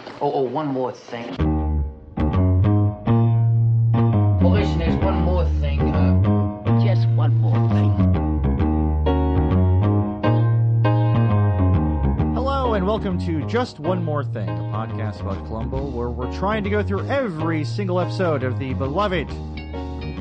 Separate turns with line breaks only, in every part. Oh, oh, one more thing. Well, Oh, listen, there's one more thing. Uh, just one more thing.
Hello, and welcome to Just One More Thing, a podcast about Columbo where we're trying to go through every single episode of the beloved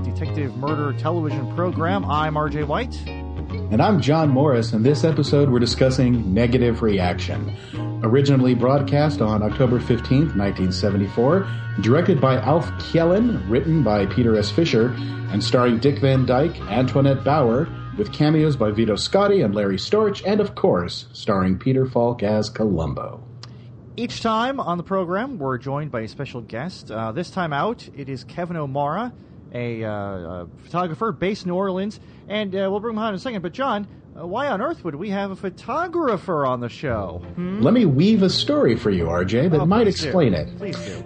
detective murder television program. I'm RJ White.
And I'm John Morris, and this episode we're discussing Negative Reaction. Originally broadcast on October 15th, 1974, directed by Alf Kjellin, written by Peter S. Fisher, and starring Dick Van Dyke, Antoinette Bauer, with cameos by Vito Scotti and Larry Storch, and of course, starring Peter Falk as Columbo.
Each time on the program, we're joined by a special guest. Uh, this time out, it is Kevin O'Mara, a, uh, uh photographer based in New Orleans, and uh, we'll bring him on in a second. But, John, uh, why on earth would we have a photographer on the show?
Let me weave a story for you, RJ, that
Oh,
might
please do.
explain it.
Please do.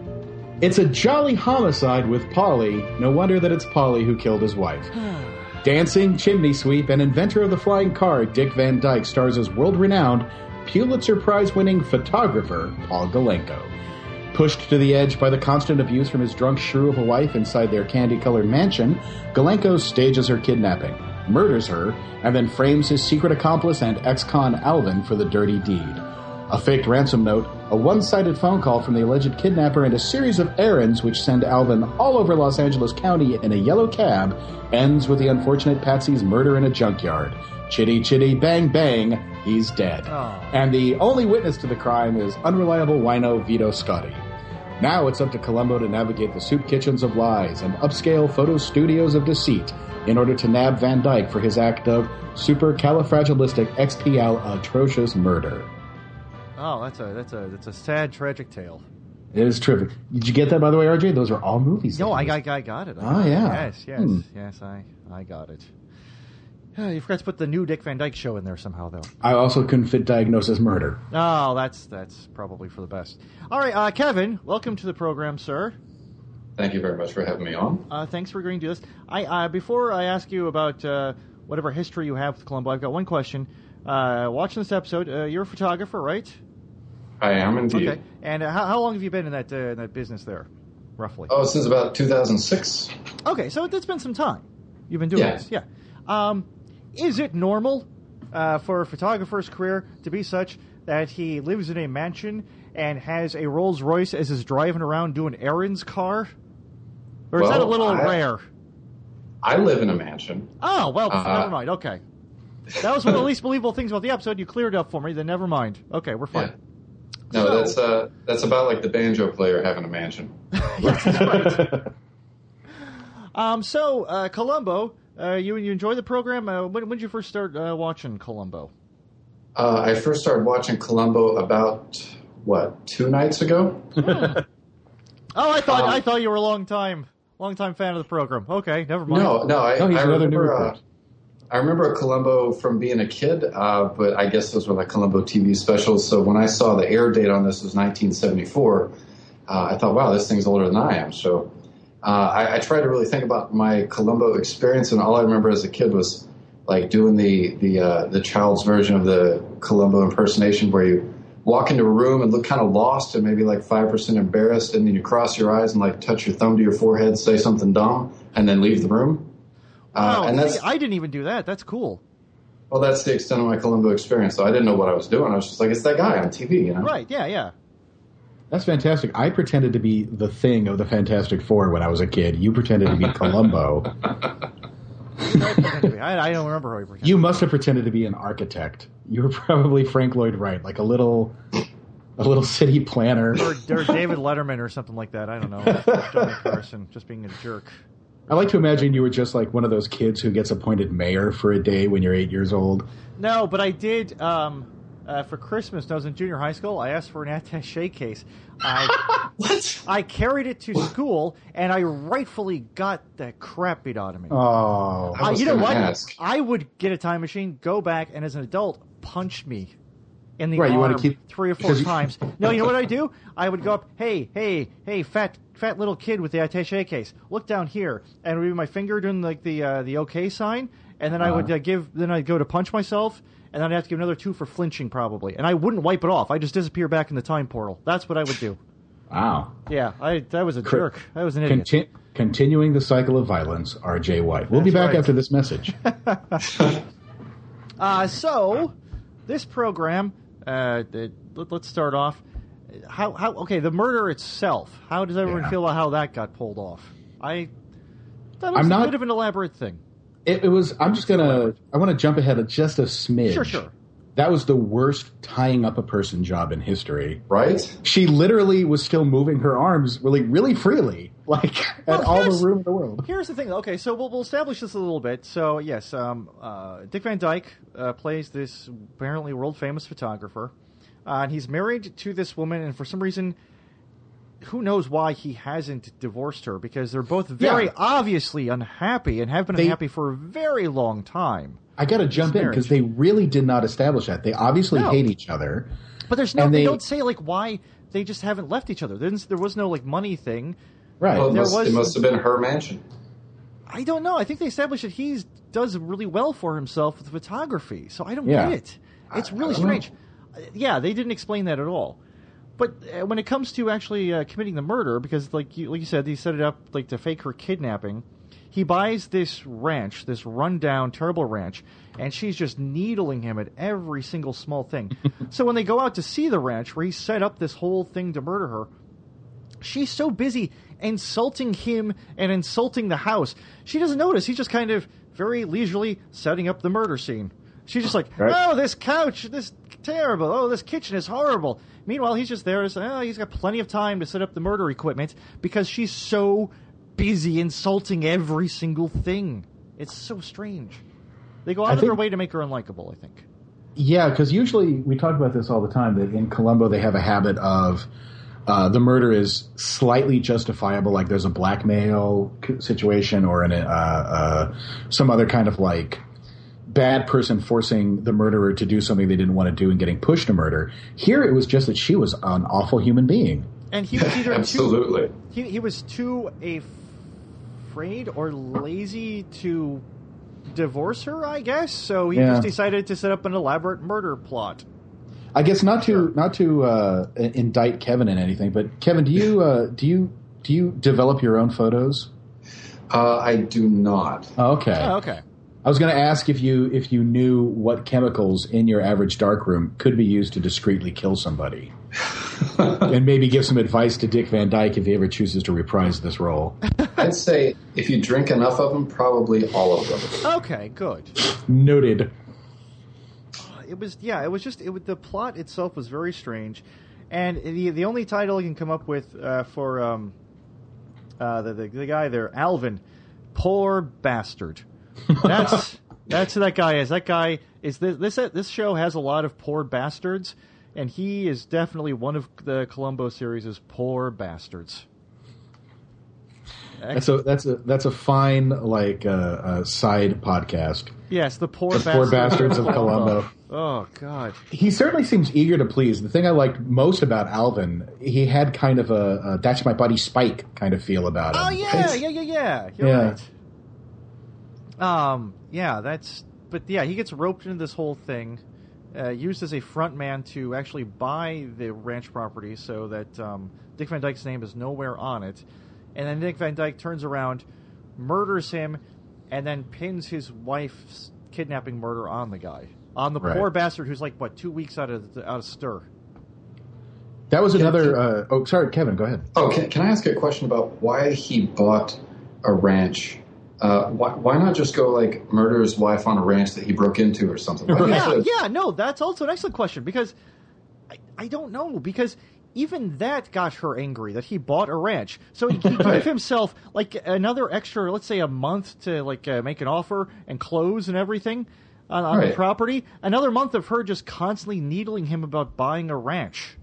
It's a jolly homicide with Polly. No wonder that it's Polly who killed his wife. Dancing chimney sweep and inventor of the flying car, Dick Van Dyke stars as world-renowned Pulitzer Prize-winning photographer Paul Galenko. Pushed to the edge by the constant abuse from his drunk shrew of a wife inside their candy-colored mansion, Galenko stages her kidnapping, murders her, and then frames his secret accomplice and ex-con Alvin for the dirty deed. A faked ransom note, a one sided phone call from the alleged kidnapper, and a series of errands which send Alvin all over Los Angeles County in a yellow cab ends with the unfortunate Patsy's murder in a junkyard. Chitty chitty bang bang, he's dead.
Oh.
And the only witness to the crime is unreliable wino Vito Scotti. Now it's up to Columbo to navigate the soup kitchens of lies and upscale photo studios of deceit in order to nab Van Dyke for his act of supercalifragilisticexpial atrocious murder.
Oh, that's a that's a that's a sad, tragic tale.
It is terrific. Did you get that, by the way, RJ? Those are all movies.
No,
that
I,
he was-
I, I got it. I
Oh,
got it.
yeah.
Yes, yes,
Hmm.
yes. I I got it. Ah, You forgot to put the new Dick Van Dyke show in there somehow, though.
I also couldn't fit diagnosis murder.
Oh, that's that's probably for the best. All right, uh, Kevin, welcome to the program, sir.
Thank you very much for having me on.
Uh, thanks for agreeing to do this. I uh, before I ask you about uh, whatever history you have with Columbo, I've got one question. Uh, watching this episode, uh, you're a photographer, right?
I am indeed.
Okay. And uh, how, how long have you been in that uh, in that business there, roughly?
Oh, since about 2006.
Okay, so it's been some time. You've been doing
Yeah.
this, yeah. Um, is it normal uh, for a photographer's career to be such that he lives in a mansion and has a Rolls Royce as his driving around doing errands car? Or is that a
Well,
little
I-
rare?
I live in a mansion.
Oh well,
Uh,
never mind. Okay, that was one of the least believable things about the episode. You cleared up for me. Then never mind. Okay, we're fine.
No,
So-
that's uh, that's about like the banjo player having a mansion.
Um, so uh, Columbo, uh, you you enjoy the program? Uh, when, when did you first start uh, watching Columbo?
Uh, I first started watching Columbo about what two nights ago.
Oh, I thought
Um,
I thought you were a long time long time fan of the program. Okay, never mind.
No, uh, no, I,
No, he's
I
another new
remember.
recruit.
Uh, I remember Columbo from being a kid, uh, but I guess those were like Columbo TV specials. So when I saw the air date on this was 1974, uh, I thought, wow, this thing's older than I am. So uh, I, I tried to really think about my Columbo experience, and all I remember as a kid was like doing the the uh, the child's version of the Columbo impersonation, where you walk into a room and look kind of lost and maybe like five percent embarrassed, and then you cross your eyes and like touch your thumb to your forehead, say something dumb, and then leave the room. Uh,
Wow,
and that's
see, Oh, I didn't even do that. That's cool.
well, that's the extent of my Columbo experience. So I didn't know what I was doing. I was just like, it's that guy on TV, you know?
Right? Yeah, yeah.
That's fantastic. I pretended to be the thing of the Fantastic Four when I was a kid. You pretended to be Columbo.
I, pretended to be. I, I don't remember how he pretended.
You must have pretended to be an architect. You were probably Frank Lloyd Wright, like a little, a little city planner.
or, or David Letterman or something like that. I don't know. Johnny Carson just being a jerk.
I like to imagine you were just like one of those kids who gets appointed mayor for a day when you're eight years old.
No, but I did um, uh, for Christmas. When I was in junior high school. I asked for an attaché case. I
What?
I carried it to school, and I rightfully got the crap beat out of me.
Oh,
I
Uh,
was
you know
gonna
what?
ask.
I would get a time machine, go back, and as an adult, punch me in the
Right, you
arm
wanna keep-
three or four
because you-
times. no, you know what I do? I would go up, hey, hey, hey, fat, fat little kid with the attaché case. Look down here, and it would be my finger doing like the uh, the OK sign, and then I would
Uh-huh.
uh, give, then I'd go to punch myself. And then I'd have to give another two for flinching, probably. And I wouldn't wipe it off. I just disappear back in the time portal. That's what I would do.
Wow.
Yeah, I that was a
Cr-
jerk. That was an idiot.
Conti- continuing the cycle of violence, R.J. White. We'll be
That's
back
right.
after this message.
Uh, so, this program, uh, the, let, let's start off. How, how? Okay, the murder itself. How does everyone
Yeah.
feel about how that got pulled off? I. That was
I'm
a
not-
bit of an elaborate thing.
It, it was. I'm just gonna. I want to jump ahead of just a smidge.
Sure, sure.
That was the worst tying up a person job in history.
right?
She literally was still moving her arms really, really freely, like at
Well,
all
here's-
the room in the world.
Here's the thing. though. Okay, so we'll, we'll establish this a little bit. So yes, um, uh, Dick Van Dyke uh, plays this apparently world famous photographer, uh, and he's married to this woman. And for some reason, who knows why he hasn't divorced her? Because they're both very
Yeah.
obviously unhappy and have been
They-
unhappy for a very long time.
I got to jump in because
marriage.
they really did not establish that. They obviously
No.
hate each other.
But there's no.
And
They,
they-
don't say like why they just haven't left each other. There, didn't- there was no like money thing.
Right.
Well, it,
There
must,
was-
it must have been her mansion.
I don't know. I think they established that he does really well for himself with photography. So I don't
Yeah.
get it. It's
I- I
really
don't know.
strange. Uh, Yeah, they didn't explain that at all. But uh, when it comes to actually uh, committing the murder, because like you, like you said, they set it up like to fake her kidnapping. He buys this ranch, this rundown, terrible ranch, and she's just needling him at every single small thing. so when they go out to see the ranch where he set up this whole thing to murder her, she's so busy insulting him and insulting the house. She doesn't notice. He's just kind of very leisurely setting up the murder scene. She's just like,
Right.
oh, this couch, this terrible. Oh, this kitchen is horrible. Meanwhile, he's just there. Just, oh, he's got plenty of time to set up the murder equipment because she's so busy insulting every single thing. It's so strange. They go out
I
of their
think-
way to make her unlikable, I think.
Yeah, because usually we talk about this all the time that in Colombo they have a habit of uh, the murder is slightly justifiable, like there's a blackmail c- situation or an, uh, uh, some other kind of like bad person forcing the murderer to do something they didn't want to do and getting pushed to murder. Here it was just that she was an awful human being.
And he was either too
Absolutely.
he, he was too af- afraid or lazy to divorce her, I guess. So he
Yeah.
just decided to set up an elaborate murder plot.
I guess not to not to uh, i- indict Kevin in anything, but Kevin, do you uh, do you do you develop your own photos?
Uh, I do not.
Okay.
Oh, okay.
I was going to ask if you if you knew what chemicals in your average darkroom could be used to discreetly kill somebody, and maybe give some advice to Dick Van Dyke if he ever chooses to reprise this role.
I'd say if you drink enough of them, probably all of them.
Okay, good.
Noted.
It was yeah, it was just it was, the plot itself was very strange. And the the only title I can come up with uh, for um, uh, the, the the guy there, Alvin, poor bastard. That's that's who that guy is. That guy is this this this show has a lot of poor bastards, and he is definitely one of the Columbo series' poor bastards.
That's a that's a that's a fine like uh, uh, side podcast.
Yes, the poor
The
bastards.
poor bastards of Columbo.
Oh God.
He certainly seems eager to please. The thing I liked most about Alvin, he had kind of a, a "that's my buddy Spike" kind of feel about him.
Oh yeah, yeah, yeah, yeah. You're
Yeah.
right. Um, yeah, that's. But yeah, he gets roped into this whole thing, uh, used as a front man to actually buy the ranch property, so that um, Dick Van Dyke's name is nowhere on it. And then Dick Van Dyke turns around, murders him, and then pins his wife's kidnapping murder on the guy, on the
Right.
poor bastard who's like what two weeks out of out of stir.
That was another. Uh, oh, sorry, Kevin. Go ahead.
Oh, can, can I ask a question about why he bought a ranch? Uh, why, why not just go like murder his wife on a ranch that he broke into or something? Why not
yeah,
just-
yeah, no, that's also an excellent question because I, I don't know because even that got her angry that he bought a ranch. So he, he gave
Right.
himself like another extra, let's say, a month to like uh, make an offer and close and everything on, on the
Right.
property. Another month of her just constantly needling him about buying a ranch.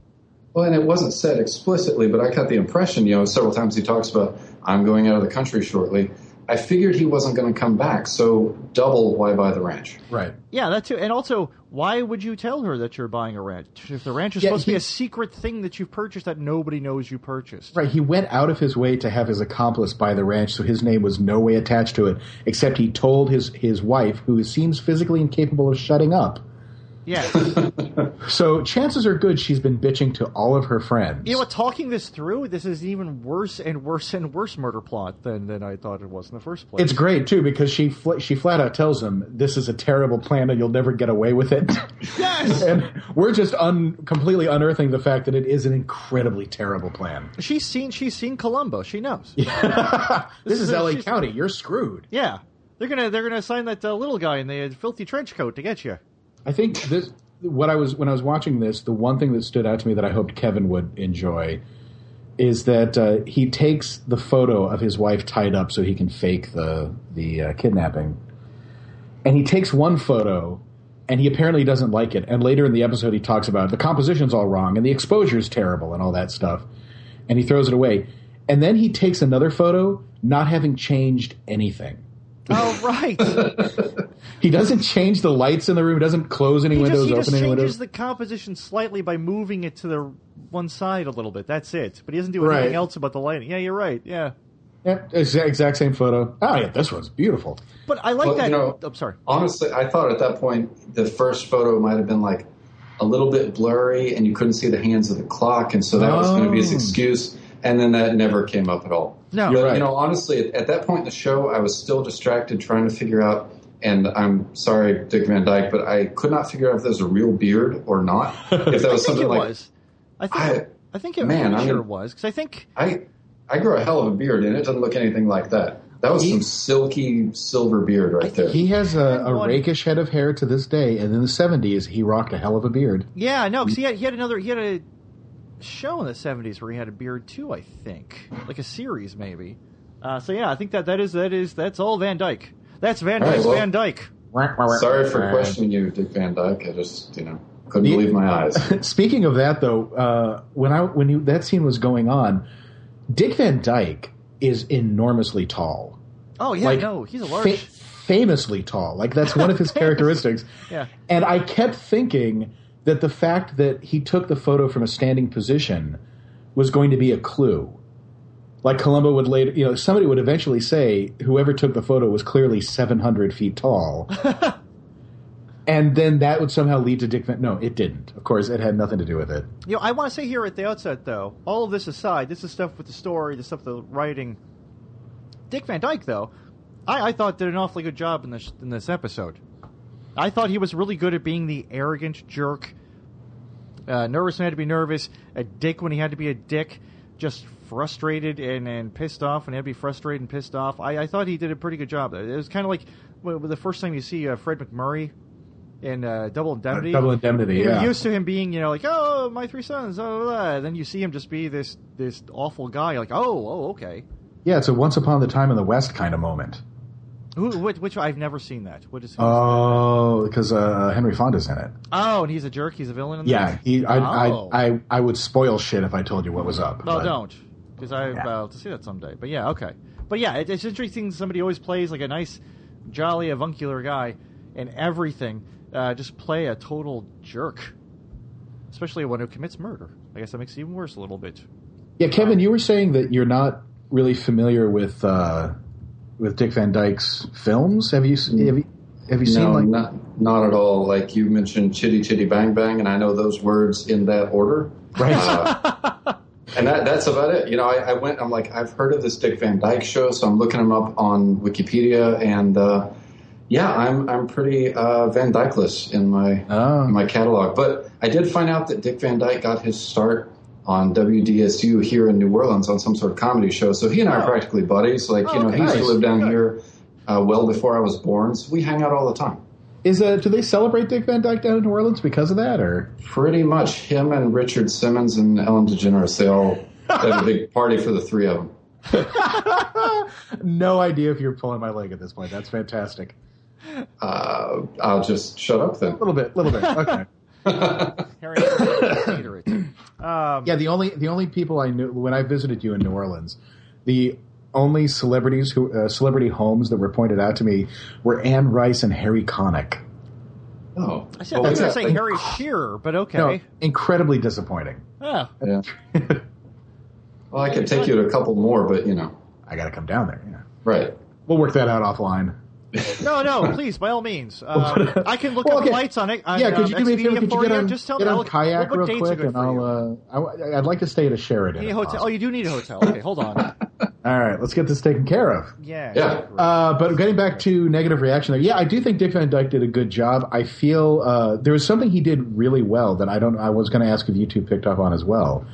Well, and it wasn't said explicitly, but I got the impression, you know, several times he talks about, I'm going out of the country shortly. I figured he wasn't going to come back, so double why buy the ranch?
Right.
Yeah, that too. And also, why would you tell her that you're buying a ranch if the ranch is
Yeah,
supposed to be
he-
a secret thing that you've purchased that nobody knows you purchased?
Right, he went out of his way to have his accomplice buy the ranch, so his name was no way attached to it, except he told his, his wife, who seems physically incapable of shutting up,
Yes.
So chances are good she's been bitching to all of her friends.
You know what? Talking this through, this is even worse and worse and worse murder plot than than I thought it was in the first place.
It's great too because she fl- she flat out tells him this is a terrible plan and you'll never get away with it.
Yes!
and we're just un- completely unearthing the fact that it is an incredibly terrible plan.
she's seen she's seen Columbo. She knows.
this is
is-
LA
she's-
County. You're screwed.
Yeah. They're gonna they're gonna assign that uh, little guy in the filthy trench coat to get you.
I think this what I was when I was watching this, the one thing that stood out to me that I hoped Kevin would enjoy is that uh, he takes the photo of his wife tied up so he can fake the the uh, kidnapping, and he takes one photo. And he apparently doesn't like it. And later in the episode, he talks about the composition's all wrong and the exposure's terrible and all that stuff. And he throws it away. And then he takes another photo, not having changed anything.
Oh right.
He doesn't change the lights in the room. Doesn't close any
he just,
windows,
he
open
just
any
changes
windows.
the composition slightly by moving it to the one side a little bit. That's it. But he doesn't do
Right.
anything else about the lighting. Yeah, you're right. Yeah.
Yeah, exact, exact same photo. Oh yeah, this one's beautiful.
But I like
Well,
that.
you know-
I'm sorry.
Honestly, I thought at that point the first photo might have been like a little bit blurry and you couldn't see the hands of the clock, and so that was going to be his
Oh.
excuse. And then that never came up at all.
No.
But,
You're right.
You know, honestly, at, at that point in the show, I was still distracted trying to figure out. And I'm sorry, Dick Van Dyke, but I could not figure out if that was a real beard or not. If that
I
was
think
something
it
like
was. I think. I,
I-
think it
man,
man,
I
sure
mean-
was because I think
I I grew a hell of a beard, and it doesn't look anything like that. That was
He-
some silky silver beard right there.
He has a, a
One.
rakish head of hair to this day, and in the seventies he rocked a hell of a beard.
yeah no
Mm.
because he had he had another he had a show in the seventies where he had a beard too I think like a series maybe uh, so yeah I think that that is that is that's all Van Dyke that's Van
All right,
Dyke's
well-
Van Dyke
Sorry
Uh,
for questioning you, Dick Van Dyke. I just you know couldn't
He-
believe my eyes.
Speaking of that, though, uh, when I when he, that scene was going on, Dick Van Dyke is enormously tall.
oh yeah
Like,
no he's a
fa-
large
famously tall. Like that's one of his characteristics.
yeah
And I kept thinking that the fact that he took the photo from a standing position was going to be a clue. Like Columbo would later, you know, somebody would eventually say whoever took the photo was clearly 700 feet tall. and then that would somehow lead to Dick Van. No, it didn't. Of course, it had nothing to do with it.
You know, I want to say here at the outset, though, all of this aside, this is stuff with the story, the stuff with the writing. Dick Van Dyke, though, I, I thought did an awfully good job in this in this episode. I thought he was really good at being the arrogant jerk, uh, nervous when he had to be nervous, a dick when he had to be a dick, just frustrated and, and pissed off when he had to be frustrated and pissed off. I, I thought he did a pretty good job. there. It was kind of like well, the first time you see uh, Fred McMurray in uh, Double Indemnity.
Double indemnity,
You're
yeah.
used to him being, you know, like, oh, my three sons, blah, blah, blah. Then you see him just be this this awful guy. You're like, oh, oh, okay.
yeah, it's a once upon the time in the West kind of moment.
Who, which, which I've never seen that. What is? who is
Oh, because uh, Henry Fonda's in it.
that? oh, and he's a jerk. He's a villain. In
Yeah,
That?
he, I,
Oh.
I, I, I would spoil shit if I told you what was up.
Well,
but-
don't, because I'm
Yeah.
about to see that someday. But yeah, okay. But yeah, it, it's interesting. Somebody always plays like a nice, jolly, avuncular guy, and everything uh, just play a total jerk, especially one who commits murder. I guess that makes it even worse a little bit.
Yeah, Kevin, you were saying that you're not really familiar with uh, with Dick Van Dyke's films. Have you s- have you, have you seen
No,
like
not not at all. Like you mentioned, chitty chitty bang bang, and I know those words in that order.
Right.
Uh, and that, that's about it. You know, I, I went. I'm like, I've heard of this Dick Van Dyke show, so I'm looking him up on Wikipedia, and uh, yeah, I'm I'm pretty uh, Van Dykeless in my
Oh.
in my catalog. But I did find out that Dick Van Dyke got his start on WDSU here in New Orleans on some sort of comedy show. So he and I are
Oh.
practically buddies. Like,
Oh,
you know,
okay.
he used to
Nice.
live down
Good.
here uh, well before I was born. So we hang out all the time.
is uh, do they celebrate Dick Van Dyke down in New Orleans because of that or
Pretty much him and Richard Simmons and Ellen DeGeneres. They all have a big party for the three of them.
no idea if you're pulling my leg at this point. That's fantastic.
Uh, I'll just shut up then.
A
Oh.
little bit, a little bit. Okay.
Harry, Peter it. Um,
yeah, the only the only people I knew when I visited you in New Orleans, the only celebrities who uh, celebrity homes that were pointed out to me were Anne Rice and Harry Connick.
Oh,
I said I
Well,
was
yeah,
going to say
like-
Harry Shearer, but
No,
okay.
incredibly disappointing.
Oh.
Yeah. Well, I could take you to a couple more, but you know,
I got to come down there. Yeah.
right.
We'll work that out offline.
No, no, please, by all means. Uh, I can look
Well,
up
okay.
flights on it. on,
yeah, could
um,
you do me a
Expedia
favor? Could
for
you get on,
Just tell
get
me
on
what-
kayak
what
real
dates are
quick,
good
and
for you?
I'll. Uh, I, I'd like to stay at a Sheridan.
Need a
if
hotel. Oh,
possible.
you do need a hotel. Okay, hold on.
All right, let's get this taken care of.
Yeah.
Yeah.
great.
Uh, but getting back to negative reaction there, yeah, I do think Dick Van Dyke did a good job. I feel uh, there was something he did really well that I don't. I was going to ask if you two picked up on as well,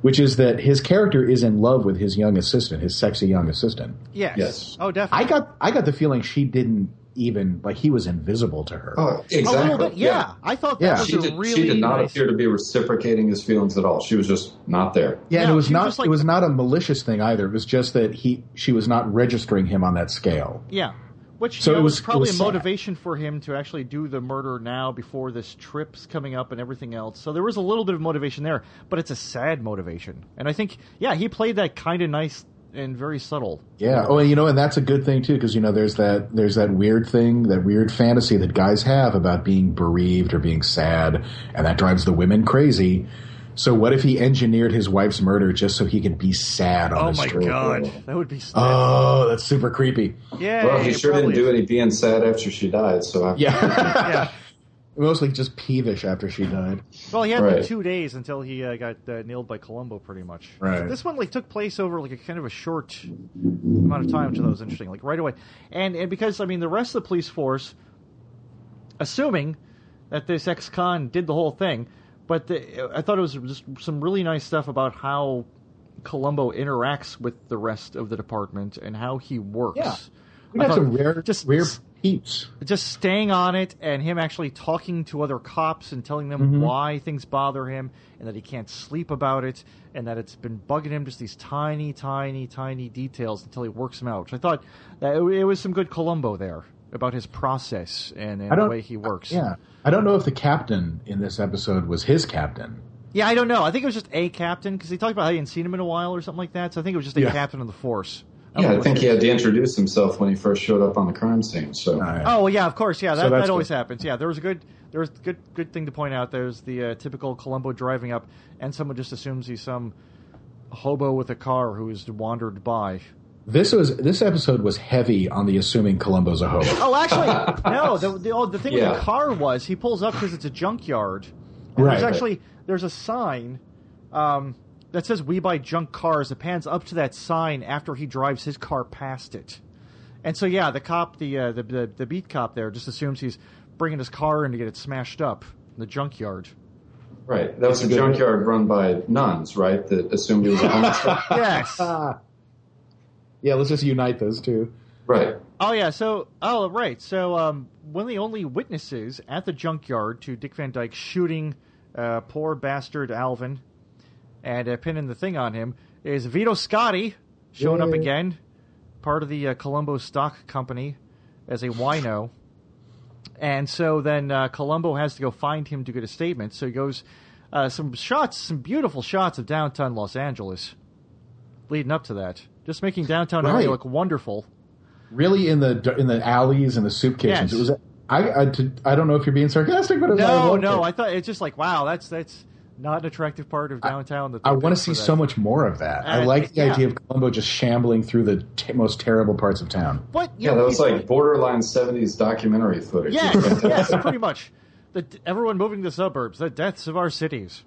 which is that his character is in love with his young assistant, his sexy young assistant.
yes.
yes.
Oh, definitely.
I got I got the feeling she didn't even like he was invisible to her.
Oh,
a
exactly.
little bit. Yeah. I thought that
Yeah.
was
She
a
did,
really
she did not
nice-
appear to be reciprocating his feelings at all. She was just not there.
yeah, and
no,
it was
she was
not
just like-
it was not a malicious thing either. It was just that he she was not registering him on that scale.
Yeah. Which you
So
know,
it
was,
was- it
probably
was
a
sad.
motivation for him to actually do the murder now before this trip's coming up and everything else. So there was a little bit of motivation there, but it's a sad motivation. And I think, yeah, he played that kind of nice and very subtle.
Yeah. Oh, and you know, and that's a good thing too, because you know, there's that there's that weird thing, that weird fantasy that guys have about being bereaved or being sad, and that drives the women crazy. So, what if he engineered his wife's murder just so he could be sad
Oh
Oh
on the street?
that would be. sad.
Oh, that's super creepy.
yeah,
Well, he
it
sure didn't
probably
do
is.
any being sad after she died. So I,
Yeah.
Yeah.
Mostly just peevish after she died.
Well, he had
Right.
like two days until he uh, got uh, nailed by Columbo, pretty much.
Right.
This one like took place over like a kind of a short amount of time, which I thought was interesting. Like right away, and and because I mean the rest of the police force, assuming that this ex-con did the whole thing, but the, I thought it was just some really nice stuff about how Columbo interacts with the rest of the department and how he works.
Yeah. We
I
got
thought-
some rare,
just-
rare peeps.
just staying on it and him actually talking to other cops and telling them
Mm-hmm.
why things bother him and that he can't sleep about it and that it's been bugging him just these tiny tiny tiny details until he works them out which i thought that it, it was some good columbo there about his process and, and
I
the
don't-
way he works
Yeah. I don't know if the captain in this episode was his captain.
Yeah, i don't know i think it was just a captain because he talked about how he hadn't seen him in a while or something like that so i think it was just a
Yeah.
captain of the force
yeah, I
don't
think
know.
he had to introduce himself when he first showed up on the crime scene. So
All right.
Oh well, yeah, of course, yeah. That,
So that's
that always
good.
happens. Yeah, there was a good, there was good, good thing to point out. There's the uh, typical Columbo driving up, and someone just assumes he's some hobo with a car who's wandered by.
This was this episode was heavy on the assuming Columbo's a hobo.
Oh, actually, no. The the, oh, the thing with
Yeah.
the car was he pulls up because it's a junkyard. And
Right.
There's actually there's a sign um, that says "We buy junk cars." It pans up to that sign after he drives his car past it, and so yeah, the cop, the uh, the, the the beat cop there, just assumes he's bringing his car in to get it smashed up in the junkyard.
right, that was a junkyard run by nuns, right? That assumed he was a homeless.
Yes.
Ah. yeah, let's just unite those two.
right.
Oh yeah, so oh right, so um, one of the only witnesses at the junkyard to Dick Van Dyke shooting uh, poor bastard Alvin and uh, pinning the thing on him is Vito Scotti showing up
Yay.
again, part of the uh, Colombo Stock Company as a wino. And so then uh, Colombo has to go find him to get a statement. So he goes uh, some shots, some beautiful shots of downtown Los Angeles, leading up to that, just making downtown
Right.
LA look wonderful.
Really, in the in the alleys and the soup
Yes.
kitchens, it was. I, I, did- I don't know if you're being sarcastic, but it was
No,
ironic.
no. I thought it's just like wow, that's that's not an attractive part of downtown. that
I
they
want
did
to see
for that.
so much more of that. I
Uh,
like the
yeah.
idea of Columbo just shambling through the t- most terrible parts of town.
But you
Yeah,
know,
that was
he's-
like borderline '70s documentary footage. It was
yes,
fantastic.
yes, pretty much. The, everyone moving to the suburbs, the deaths of our cities.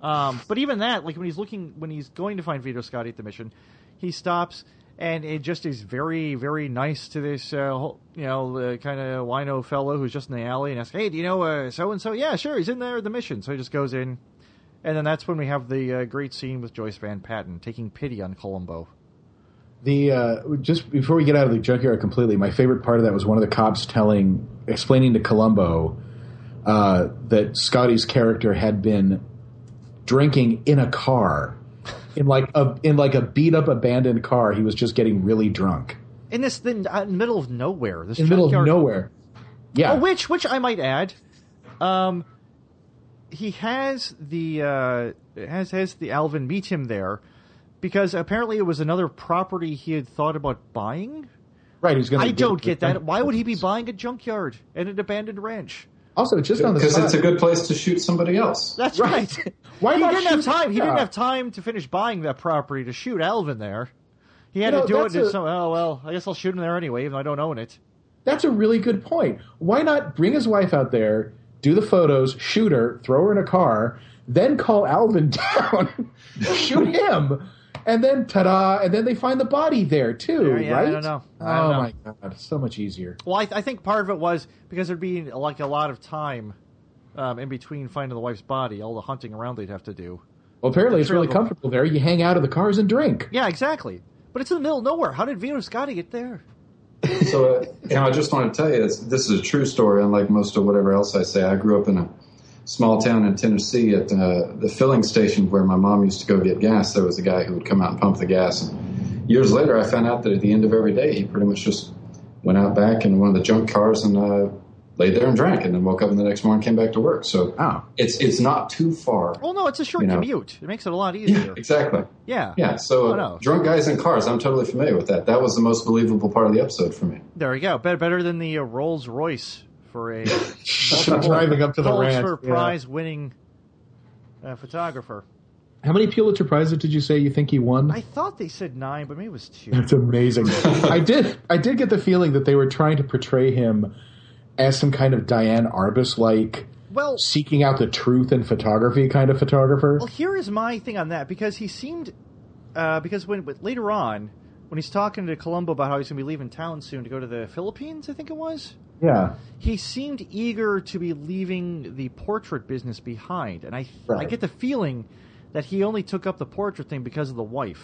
Um, but even that, like when he's looking, when he's going to find Vito Scotti at the mission, he stops and it just is very, very nice to this, uh, whole, you know, uh, kind of wino fellow who's just in the alley and asks, "Hey, do you know so and so?" Yeah, sure, he's in there at the mission. So he just goes in, and then that's when we have the uh, great scene with Joyce Van Patten taking pity on Columbo.
The uh, just before we get out of the junkyard completely, my favorite part of that was one of the cops telling, explaining to Columbo uh, that Scotty's character had been drinking in a car, in like a in like a beat up abandoned car. He was just getting really drunk
In this, then, uh, middle of nowhere, this
in the middle of
junkyard-
nowhere. Yeah,
Oh, which which I might add, um, he has the uh, has has the Alvin meet him there because apparently it was another property he had thought about buying.
right. He's going.
I don't get that. Why would he be buying a junkyard and an abandoned ranch?
Also, just on the
Because
side,
it's a good place to shoot somebody else.
That's
Right.
right.
Why
he
not
didn't have
shoot-
time. He
yeah.
didn't have time to finish buying that property to shoot Alvin there. He had
You know,
to do it.
that's
in
a-
some, oh well, I guess I'll shoot him there anyway, even though I don't own it.
That's a really good point. Why not bring his wife out there, do the photos, shoot her, throw her in a car, then call Alvin down, shoot him, and then ta da! And then they find the body there too,
Yeah, yeah, I
right?
don't know.
Oh
I don't know.
my god, so much easier.
Well, I, I think part of it was because there'd be like a lot of time um, in between finding the wife's body, all the hunting around they'd have to do.
Well, apparently it's really
Trail of-
comfortable there. You hang out of the cars and drink.
Yeah, exactly. But it's in the middle of nowhere. How did Vito Scotti get there?
so, uh, and I just want to tell you, it's, this is a true story. Unlike most of whatever else I say, I grew up in a small town in Tennessee. At uh, the filling station where my mom used to go get gas, there was a guy who would come out and pump the gas. And years later, I found out that at the end of every day, he pretty much just went out back in one of the junk cars and uh, laid there and drank, and then woke up the next morning, and came back to work. So
Oh,
it's it's not too far.
Well, no, it's a short
You know.
commute. It makes it a lot
Yeah,
easier.
exactly.
Yeah.
Yeah, so
Oh, no.
drunk guys in cars. I'm totally familiar with that. That was the most believable part of the episode for me.
There we go. Better, better than the uh, Rolls Royce for a
driving up to the
Pulitzer
ranch. yeah.
Prize winning uh, photographer.
How many Pulitzer prizes did you say you think he won?
I thought they said nine, but maybe it was two.
That's amazing. I did. I did get the feeling that they were trying to portray him as some kind of Diane Arbus like
Well,
seeking out the truth in photography kind of photographer.
Well, here is my thing on that because he seemed uh, because when but later on when he's talking to Columbo about how he's going to be leaving town soon to go to the Philippines, I think it was.
Yeah.
He seemed eager to be leaving the portrait business behind, and I I
Right.
get the feeling that he only took up the portrait thing because of the wife.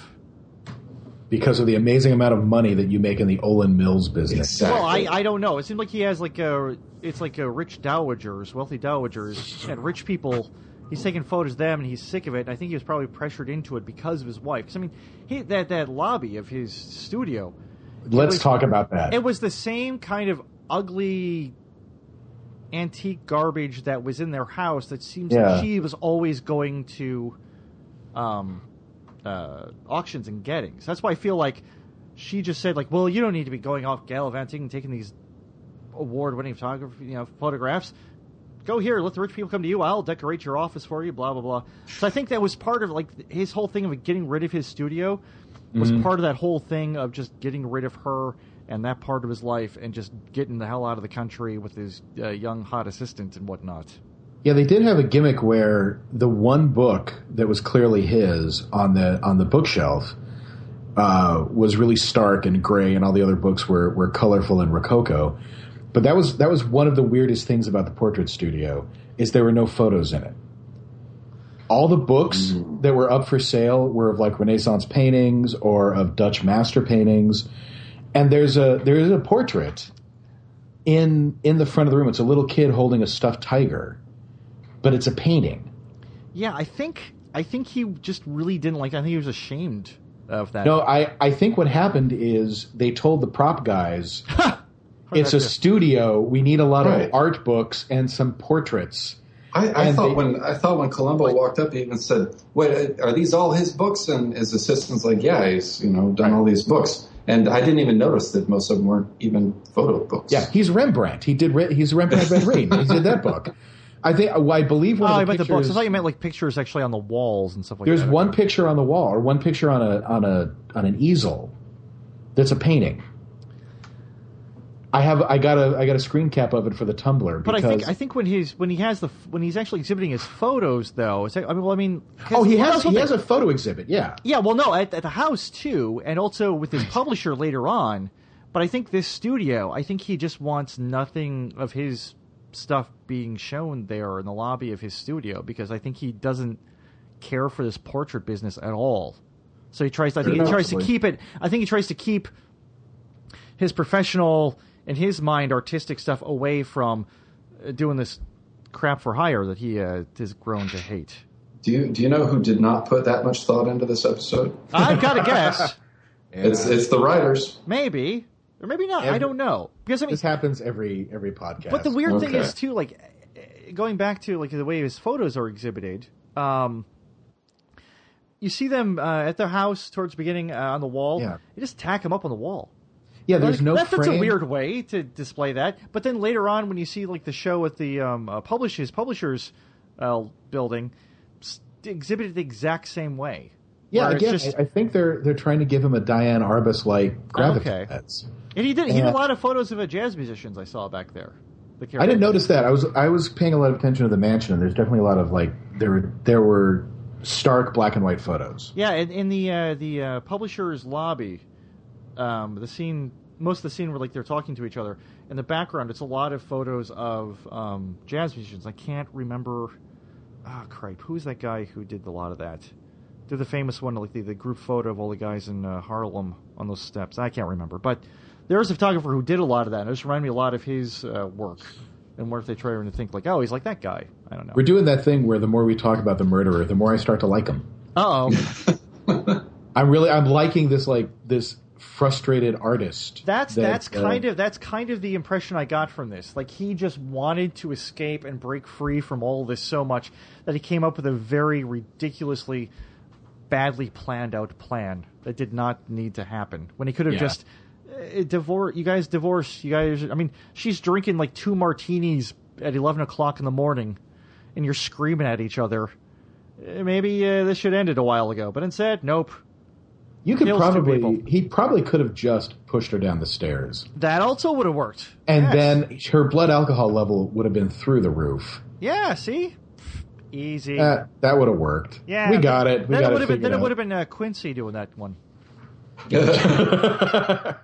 Because of the amazing amount of money that you make in the Olin Mills business.
Exactly.
Well, I, I don't know. It seemed like he has like a it's like a rich dowagers, wealthy dowagers, and rich people. He's taking photos of them, and he's sick of it. And I think he was probably pressured into it because of his wife. 'Cause, I mean, he, that that lobby of his studio,
Let's talk about that.
it was the same kind of ugly antique garbage that was in their house. That seems
Yeah.
like she was always going to um, uh, auctions and gettings. That's why I feel like she just said, like, well, you don't need to be going off gallivanting and taking these award-winning photography, you know, photographs. Go here, let the rich people come to you. I'll decorate your office for you. Blah blah blah. So I think that was part of like his whole thing of getting rid of his studio was
Mm-hmm.
part of that whole thing of just getting rid of her and that part of his life and just getting the hell out of the country with his uh, young hot assistant and whatnot.
Yeah, they did have a gimmick where the one book that was clearly his on the on the bookshelf uh, was really stark and gray, and all the other books were were colorful and rococo. But that was that was one of the weirdest things about the portrait studio is there were no photos in it. All the books that were up for sale were of like Renaissance paintings or of Dutch master paintings, and there's a there is a portrait in in the front of the room. It's a little kid holding a stuffed tiger but it's a painting.
Yeah, I think I think he just really didn't like. I think he was ashamed of that.
No, I, I think what happened is they told the prop guys
Or
it's a
that-
studio. We need a lot
Right.
of art books and some portraits.
I, I
And
thought
they-
when I thought when Columbo walked up, he even said, "Wait, uh, are these all his books?" And his assistant's like, "Yeah, he's you know done all these books." And I didn't even notice that most of them weren't even photo books.
Yeah, he's Rembrandt. He did. Re- he's Rembrandt Red Rain. He did that book. I think. well, I believe one
Oh,
of the
I meant the
pictures.
books. I thought you meant like pictures actually on the walls and stuff like
there's
that.
one picture on the wall or one picture on a on a on an easel that's a painting. I have. I got a. I got a screen cap of it for the Tumblr.
But I think
because-
I think when he's when he has the when he's actually exhibiting his photos though, is that, I mean, well, I mean, 'cause
Oh, he
that's
has.
what
He
they-
has a photo exhibit. Yeah.
Yeah, well, no, at, at the house too, and also with his publisher later on. But I think this studio, I think he just wants nothing of his stuff being shown there in the lobby of his studio because I think he doesn't care for this portrait business at all. So he tries. I think he tries to
Possibly.
keep it. I think he tries to keep his professional, in his mind, artistic stuff away from uh, doing this crap for hire that he uh, has grown to hate.
Do you do you know who did not put that much thought into this episode?
I've got a guess.
It's it's the writers.
Maybe or maybe not. I
Every-
don't know because I mean,
This happens every every podcast.
but the weird thing
Okay.
is too, like eh, going back to like the way his photos are exhibited. Um, you see them uh, at their house towards the beginning uh, on the wall.
Yeah.
You just tack them up on the wall.
yeah, there's
Like,
no
that,
frame.
That's a weird way to display that. But then later on, when you see like the show at the um, uh, publish his publishers uh, building, s- exhibited the exact same way.
Yeah,
Where it's
again,
just-
I, I think they're they're trying to give him a Diane Arbus like graphic
Okay.
effects.
And he did. He did a
Yeah.
lot of photos of uh, jazz musicians I saw back there. The
I didn't
character.
notice that. I was I was paying a lot of attention to the mansion, and there's definitely a lot of like there were there were stark black and white photos.
Yeah, in, in the uh, the uh, publisher's lobby, um, the scene, most of the scene where like they're talking to each other. In the background, it's a lot of photos of um, jazz musicians. I can't remember. Ah, cripe! Who's that guy who did a lot of that? Did the famous one like the, the group photo of all the guys in uh, Harlem on those steps? I can't remember, but there was a photographer who did a lot of that. And it just reminded me a lot of his uh, work. And what if they try to think like, oh, he's like that guy? I don't know.
We're doing that thing where the more we talk about the murderer, the more I start to like him.
Uh oh.
I'm really I'm liking this like this frustrated artist.
That's
that,
that's
uh,
kind of that's kind of the impression I got from this. Like he just wanted to escape and break free from all this so much that he came up with a very ridiculously badly planned out plan that did not need to happen. When he could have
Yeah.
just uh, divorce you guys divorce you guys I mean she's drinking like two martinis at 11 o'clock in the morning and you're screaming at each other. Uh, Maybe uh, this should ended a while ago, but instead, nope.
you could
kills two
probably
people.
he probably could have just pushed her down the stairs,
That also would have worked.
and
Yes.
then her blood alcohol level would have been through the roof.
Yeah, see? Pfft, Easy.
That that would have worked.
yeah.
Uh, we got it. We
then it
got
would have been
figured
then it
out.
would have been uh, Quincy doing that one. Not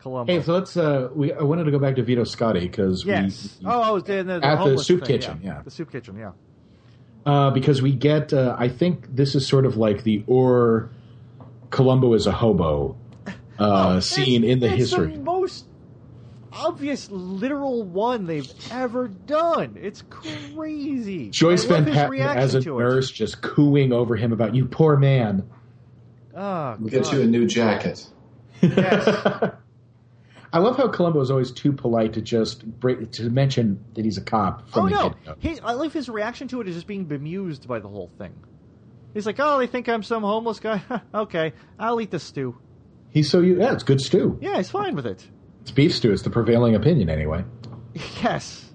Columbo.
Hey, so let's. Uh, we I wanted to go back to Vito Scotti because
yes.
we, uh,
oh, oh, the, the, the
At the
homeless
soup
thing,
kitchen, yeah.
The soup kitchen, yeah. Oh.
uh, because we get. Uh, I think this is sort of like the or Columbo is a hobo
Oh,
uh, scene in the
it's
history.
the most obvious literal one they've ever done. It's crazy.
Joyce
I love
Van
his
Patten
reaction
as a
to
nurse just cooing over him about you poor man.
It. Oh,
We'll get
God.
you a new jacket.
Yes.
I love how Columbo is always too polite to just break, to mention that he's a cop. From
Oh
the
no!
get-go.
He, I love his reaction to it is just being bemused by the whole thing. He's like, "Oh, they think I'm some homeless guy. okay, I'll eat the stew.
he's so you. Yeah, it's good stew.
Yeah, he's fine with it.
It's beef stew. It's the prevailing opinion anyway.
Yes.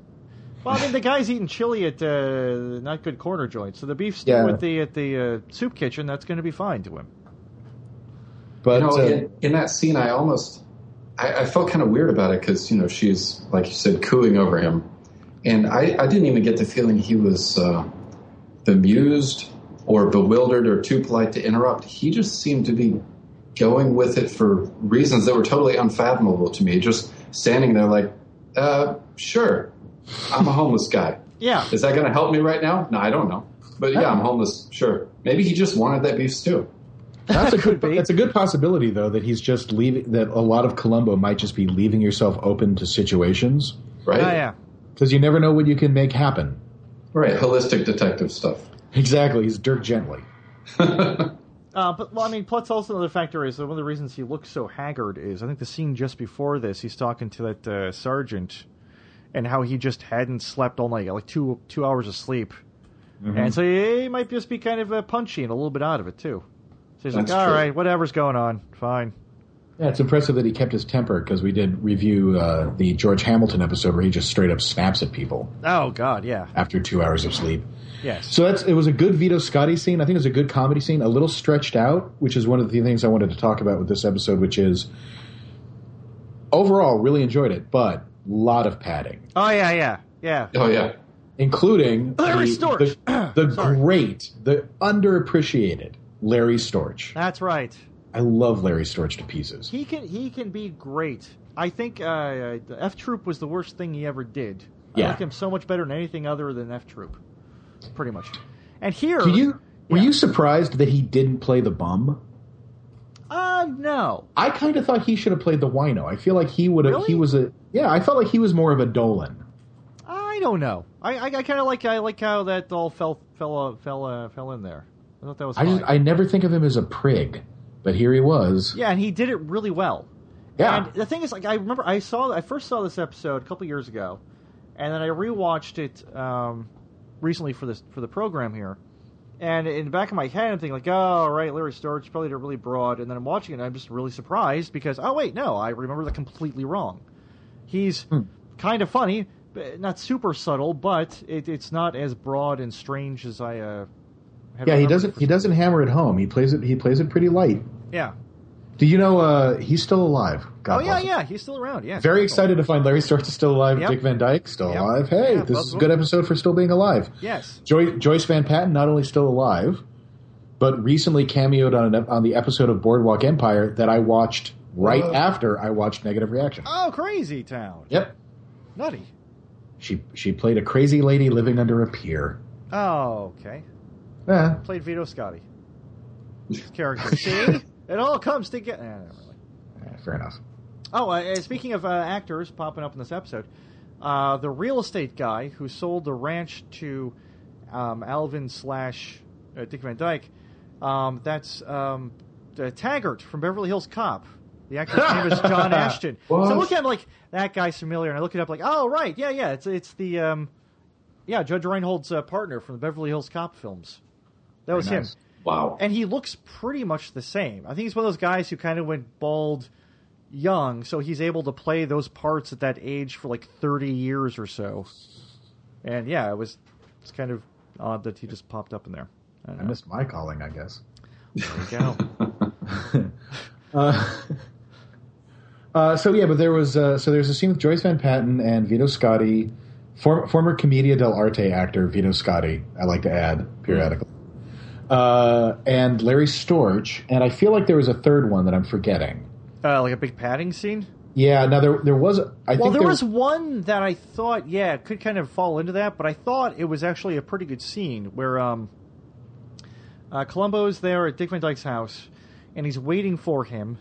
Well, I mean, the guy's eating chili at uh, not good corner joint, so the beef stew
Yeah.
at the at the uh, soup kitchen that's going to be fine to him.
But
you know,
uh,
in, in that scene, I almost I, I felt kind of weird about it because you know she's like you said cooing over him, and I, I didn't even get the feeling he was uh, bemused or bewildered or too polite to interrupt. He just seemed to be going with it for reasons that were totally unfathomable to me. Just standing there like, uh, sure, I'm a homeless guy.
Yeah.
Is that going to help me right now? No, I don't know. But yeah, I'm homeless. Sure. Maybe he just wanted that beef stew.
That's a good.
be.
That's a good possibility, though, that he's just leaving. That a lot of Columbo might just be leaving yourself open to situations
Right?
Oh, yeah.
because you never know what you can make happen.
Right. Holistic detective stuff.
Exactly. He's Dirk Gently.
Uh, but well, I mean, plus also another factor is that one of the reasons he looks so haggard is I think the scene just before this, he's talking to that uh, sergeant, and how he just hadn't slept all night, like two two hours of sleep,
Mm-hmm.
and so he might just be kind of uh, punchy and a little bit out of it too. So he's like,
That's
all right,
true.
whatever's going on, fine."
Yeah, it's impressive that he kept his temper because we did review uh, the George Hamilton episode where he just straight up snaps at people
Oh God, yeah,
after two hours of sleep.
yes,
So that's it was a good Vito Scotti scene. I think it was a good comedy scene, a little stretched out, which is one of the things I wanted to talk about with this episode, which is overall really enjoyed it, but a lot of padding.
oh yeah, yeah, yeah.
Oh, yeah.
including
Uh, Larry
the,
Storch.
the, the great, the underappreciated Larry Storch.
That's right.
I love Larry Storch to pieces.
He can he can be great. I think uh, uh, F Troop was the worst thing he ever did. I
Yeah.
like him so much better than anything other than F Troop, pretty much. And here,
Do you were
Yeah.
you surprised that he didn't play the bum?
uh, no,
I kind of thought he should have played the wino. I feel like he would have.
Really?
He was a yeah. I felt like he was more of a Dolan.
I don't know. I, I, I kind of like I like how that all fell fell uh, fell uh, fell in there. I thought that was.
I just
fine.
I never think of him as a prig, but here he was.
yeah, and he did it really well.
Yeah.
And the thing is, like, I remember I saw I first saw this episode a couple years ago, and then I rewatched it um, recently for this for the program here. And in the back of my head, I'm thinking like, oh right, Larry Storch probably did really broad. And then I'm watching it, and I'm just really surprised because oh wait, no, I remember that completely wrong. He's
Hmm.
kind of funny, but not super subtle, but it, it's not as broad and strange as I uh, had
Yeah, he
remembered
doesn't.
for
He
some-
doesn't hammer it home. He plays it. He plays it pretty light.
Yeah.
Do you know uh, he's still alive? God
oh yeah,
bless him.
yeah. He's still around. Yeah.
Very excited to find Larry Storch is still alive.
Yep.
Dick Van Dyke still
Yep.
alive. Hey,
Yeah,
this
both of
is a
them.
good episode for still being alive.
Yes.
Joy, Joyce Van Patten not only still alive, but recently cameoed on an, on the episode of Boardwalk Empire that I watched right
Whoa.
after I watched Negative Reaction.
Oh, crazy town.
Yep,
Nutty.
she she played a crazy lady living under a pier.
Oh, okay.
Eh,
Played Vito Scotti. His character. See, it all comes together. Eh, not really.
eh, fair enough.
Oh, uh, uh, speaking of uh, actors popping up in this episode, uh, the real estate guy who sold the ranch to um, Alvin slash uh, Dick Van Dyke, um, that's um, uh, Taggart from Beverly Hills Cop. The actor's name is John Ashton. So I
What?
look at him like that guy's familiar, and I look it up like, oh right, yeah, yeah, it's it's the um, yeah Judge Reinhold's uh, partner from the Beverly Hills Cop films. That was
Very
him
nice.
Wow.
and he looks pretty much the same. I think he's one of those guys who kind of went bald young, so he's able to play those parts at that age for like thirty years or so. And yeah, it was it's kind of odd that he just popped up in there. I
I
don't know.
missed my calling, I guess.
There you go.
Uh, uh, so yeah, but there was uh, so there's a scene with Joyce Van Patten and Vito Scotti, for, former Commedia dell'arte actor Vito Scotti. I like to add periodically, uh, and Larry Storch, and I feel like there was a third one that I'm forgetting.
Uh, like a big padding scene.
Yeah, now there there was I
Well,
think
there was one that I thought, yeah, it could kind of fall into that, but I thought it was actually a pretty good scene where um, uh, Columbo's there at Dick Van Dyke's house, and he's waiting for him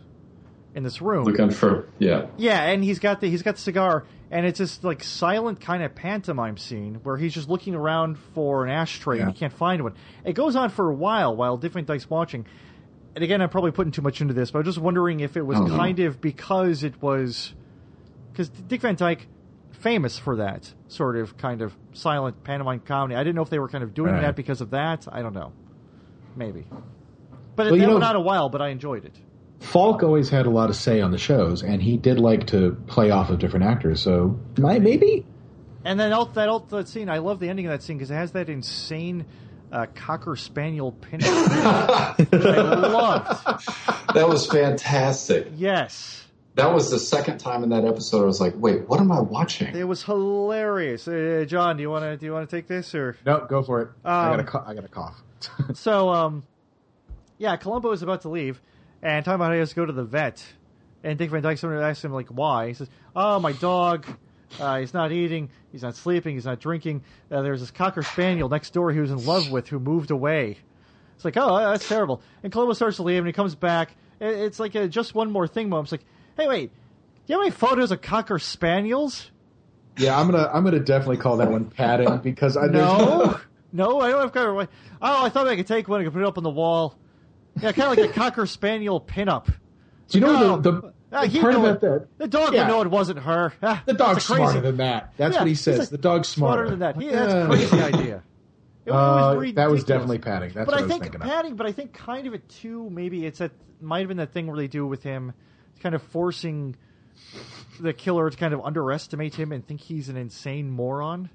in this room.
Looking for yeah.
Yeah, and he's got the he's got the cigar, and it's this like silent kind of pantomime scene where he's just looking around for an ashtray and
Yeah.
he can't find one. It goes on for a while while different Dyke's watching. And again, I'm probably putting too much into this, but I'm just wondering if it was
Oh, no.
kind of because it was because Dick Van Dyke famous for that sort of kind of silent pantomime comedy. I didn't know if they were kind of doing
Right.
that because of that. I don't know, maybe. But it,
Well, you
that
know-
went on a while, but I enjoyed it.
Falk always had a lot of say on the shows, and he did like to play off of different actors. So my, maybe
And then all, that all, that scene, I love the ending of that scene because it has that insane uh, cocker spaniel pinch. I loved.
That was fantastic.
Yes,
That was the second time in that episode I was like, wait, what am I watching?
it was hilarious. Uh, John, do you want to do you want to take this or
no, go for it. I got
Um,
a cou- I got a cough.
so? Um, yeah, Columbo is about to leave, and talking about how he has to go to the vet, and Dick Van Dyke someone asks him like why. He says, "Oh, my dog." Uh, he's not eating. He's not sleeping. He's not drinking. Uh, there's this cocker spaniel next door he was in love with who moved away. It's like, oh, that's terrible. And Colombo starts to leave, and he comes back. I- It's like a just one more thing moment. It's like, hey, wait, do you have any photos of cocker spaniels?
Yeah, I'm gonna I'm gonna definitely call that one padding because I
No, no, I don't have cocker. one. Oh, I thought I could take one and could put it up on the wall. Yeah, kind of like a cocker spaniel pinup.
Do you know the, the,
Ah,
the
he'd
part
know it.
about that?
The dog
Yeah.
would know it wasn't her. Ah,
The dog's
that's a crazy,
smarter than that. That's
Yeah,
what he
he's
says.
like,
the dog's smarter.
smarter than that. He,
Yeah.
that's a crazy idea. It was
Uh, that was
ridiculous.
definitely padding. That's
but
what I
I
was
think
thinking of.
padding, but I think kind of it too. Maybe it's that might have been that thing where they do with him, kind of forcing the killer to kind of underestimate him and think he's an insane moron.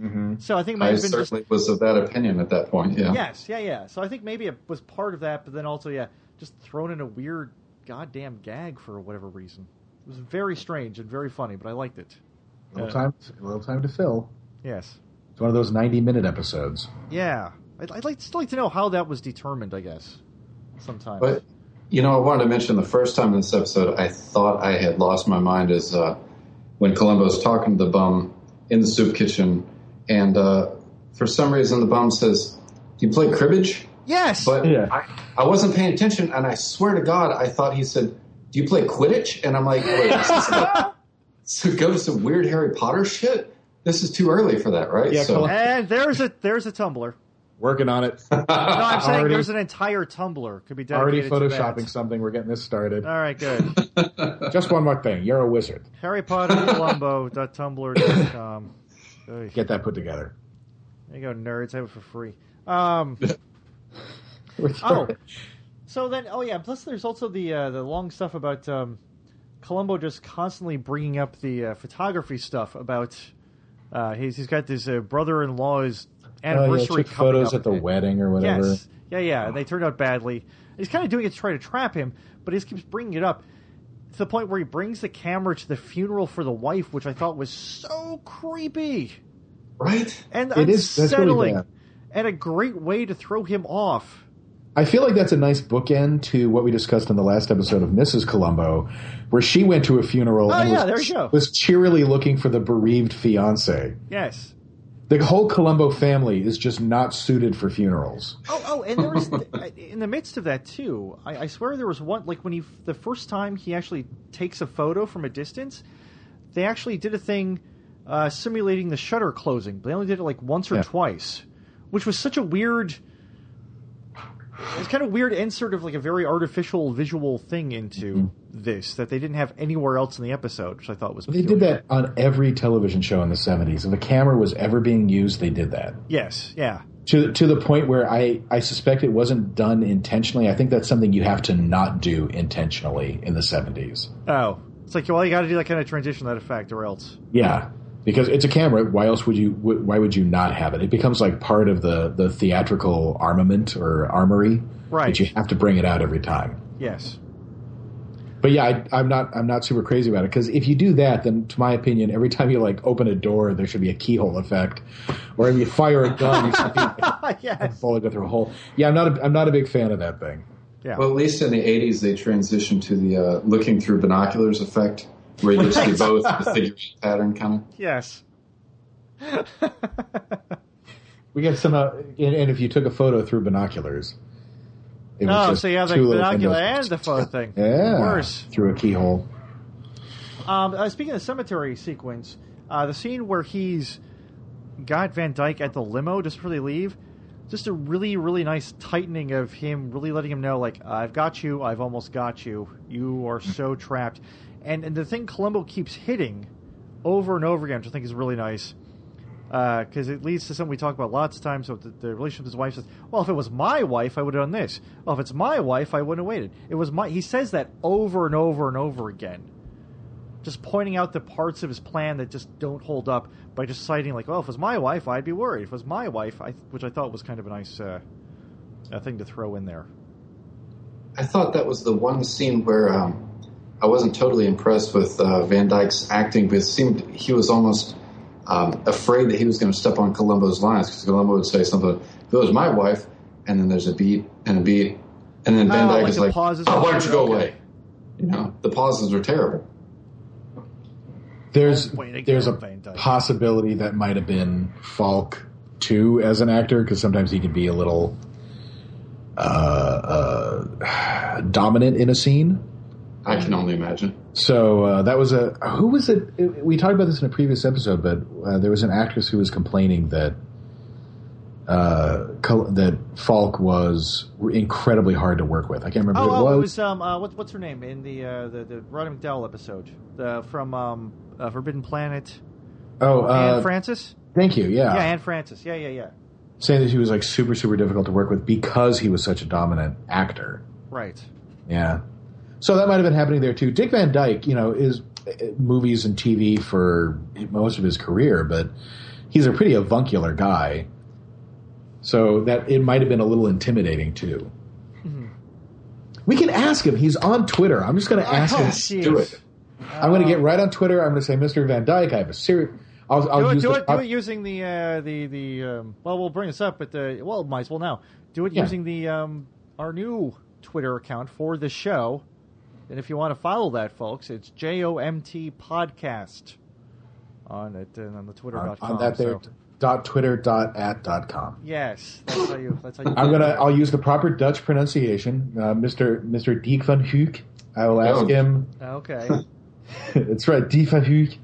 Mm-hmm. So I think it might
I
have been just
certainly was of that opinion at that point. Yeah.
yes, yeah, yeah. So I think maybe it was part of that, but then also yeah, just thrown in a weird goddamn gag for whatever reason. It was very strange and very funny, but I liked it.
A little time, a little time to fill.
Yes.
It's one of those 90 minute episodes.
Yeah, I'd, I'd like still like to know how that was determined. I guess sometimes.
But you know, I wanted to mention the first time in this episode, I thought I had lost my mind is uh, when Columbo's talking to the bum in the soup kitchen, and uh, for some reason the bum says, "Do you play cribbage?"
yes.
But
Yeah.
I, I wasn't paying attention, and I swear to God, I thought he said, "Do you play Quidditch?" And I'm like, "Wait, is this about- so go to some weird Harry Potter shit." This is too early for that, right?
Yeah,
so,
Colum-
and there's a there's a Tumblr.
Working on it.
No, I'm saying
Already-
there's an entire Tumblr could be
Already
dedicated
photoshopping
to
something. We're getting this started.
that. All right, good.
Just one more thing. You're a wizard.
Harry Potter Columbo.tumblr.com. There you
Get that put together.
go, nerds. Have it for free. Um, oh,
oh.
so then, oh yeah. Plus, there's also the uh, the long stuff about um, Columbo just constantly bringing up the uh, photography stuff about uh, he's he's got this uh, brother-in-law's
Oh, yeah,
anniversary
took
coming
photos
up.
at the wedding or whatever.
Yes. Yeah, yeah. and They turned out badly. He's kind of doing it to try to trap him, but he just keeps bringing it up to the point where he brings the camera to the funeral for the wife, which I thought was so creepy
right?
and
It is- that's really
unsettling,
bad.
and a great way to throw him off.
I feel like that's a nice bookend to what we discussed in the last episode of Mrs. Columbo, where she went to a funeral
Oh,
and
yeah, there
was,
you go.
was cheerily looking for the bereaved fiance.
Yes.
The whole Columbo family is just not suited for funerals.
Oh, oh, and there was in the midst of that too. I, I swear there was one like when he the first time he actually takes a photo from a distance, they actually did a thing uh, simulating the shutter closing. But they only did it like once or
Yeah.
twice, which was such a weird. It's kind of weird and sort of like a very artificial visual thing into this that they didn't have anywhere else in the episode, which I thought was
Mm-hmm. They did
peculiar.
that on every television show in the 70s. If a camera was ever being used, they did that.
Yes, yeah.
To, to the point where I, I suspect it wasn't done intentionally. I think that's something you have to not do intentionally in the 70s.
Oh, it's like well, you got to do that kind of transition, that effect, or else.
Yeah, because it's a camera. Why else would you? wh- Why would you not have it? It becomes like part of the the theatrical armament or armory.
Right.
That you have to bring it out every time.
Yes.
But yeah, I, I'm not I'm not super crazy about it because if you do that, then to my opinion, every time you like open a door, there should be a keyhole effect, or if you fire a gun, you should be like,
yes.
falling through a hole. Yeah, I'm not a, I'm not a big fan of that thing.
Yeah.
Well, at least in the 80s, they transitioned to the uh, looking through binoculars effect, where you see both the figure pattern kind of.
Yes.
We got some, uh, and, and if you took a photo through binoculars, it was
Oh,
just
so you have the
two little
binocular
windows.
and the phone thing.
yeah,
Worse.
through a keyhole.
Um, uh, speaking of the cemetery sequence, uh, the scene where he's got Van Dyke at the limo just before they leave, just a really, really nice tightening of him, really letting him know, like, I've got you, I've almost got you, you are so trapped. And, and the thing Columbo keeps hitting over and over again, which I think is really nice, because it leads to something we talk about lots of times. So the, the relationship with his wife says, "Well, if it was my wife, I would have done this. Well, if it's my wife, I wouldn't have waited." It was my. He says that over and over and over again, just pointing out the parts of his plan that just don't hold up by just citing like, "Well, if it was my wife, I'd be worried. If it was my wife, I," which I thought was kind of a nice uh, uh, thing to throw in there.
I thought that was the one scene where um, I wasn't totally impressed with uh, Van Dyke's acting, but it seemed he was almost um, afraid that he was going to step on Columbo's lines because Columbo would say something, if it was my wife, and then there's a beat and a beat, and then Van
Oh,
Dyke
like
is
the
like,
pauses
oh, why don't
were-
you go
okay.
away? You know, the pauses were terrible.
There's
Oh, wait, I
there's a
can't find that.
possibility that might have been Falk too as an actor because sometimes he can be a little uh, uh, dominant in a scene.
I
Mm-hmm.
can only imagine.
So uh, that was a who was it? We talked about this in a previous episode, but uh, there was an actress who was complaining that uh, Col- that Falk was incredibly hard to work with. I can't remember
Oh,
who
oh, it was um, uh, what, what's her name in the uh, the, the Roddy McDowell episode the, from um, uh, Forbidden Planet.
oh, uh,
Anne Francis.
thank you. Yeah,
yeah, Anne Francis. Yeah, yeah, yeah.
saying that he was like super super difficult to work with because he was such a dominant actor.
Right.
Yeah. So that might have been happening there too. Dick Van Dyke, you know, is uh, movies and TV for most of his career, but he's a pretty avuncular guy. So that it might have been a little intimidating too.
Mm-hmm.
We can ask him. He's on Twitter. I'm just going to ask him.
Oh, jeez. Oh.
do it.
I'm going to get right on Twitter. I'm going to say, Mr. Van Dyke, I have a serious. I'll, I'll
Do it,
use
do
the-
it, do it using the uh, the the. Um, well, we'll bring this up, but the well, might as well now. Do it
Yeah.
using the um, our new Twitter account for the show, and if you want to follow that, folks, it's JOMT Podcast on it and on the Twitter
on,
dot com.
on that there.
so-
Dot twitter dot at dot com.
Yes, that's how you. That's how you.
I'm gonna. I'll use the proper Dutch pronunciation, uh, Mister Mister Diek van Hoek. I will ask
Oh.
him.
Okay.
That's right, Diek van Hoek.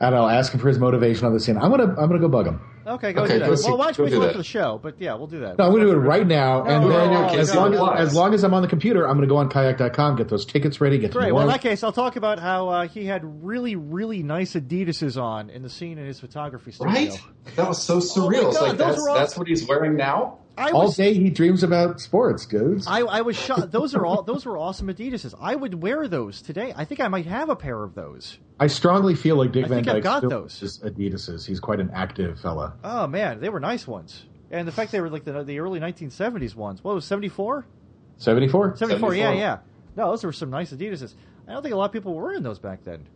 And I'll ask him for his motivation on the scene. I'm gonna. I'm gonna go bug him.
Okay, go
Okay,
do that.
go see-
well, why don't
go
we
do
do it
that.
for the show? But yeah, we'll do that.
No, I'm gonna do it right now. and
No,
then,
no, no,
as
no,
long
no.
as as long as I'm on the computer, I'm gonna go on kayak.com, get those tickets ready, get
Great.
them
Well, in
warm.
that case, I'll talk about how uh, he had really, really nice Adidas's on in the scene in his photography studio.
Right? That was so surreal. it's
Oh God,
like
those
that's
were all-
that's what he's wearing now.
I
All
was
day he dreams about sports, dudes.
I, I was shocked. Those are all. Those were awesome Adidases. I would wear those today. I think I might have a pair of those.
I strongly feel like Dick
I
Van
think I've
Dyke
got
still
those.
is Adidas's. He's quite an active fella.
Oh man, they were nice ones. And the fact they were like the, the early 1970s ones. What was 74?
74?
74. Yeah,
74.
yeah. No, those were some nice Adidases. I don't think a lot of people were in those back then.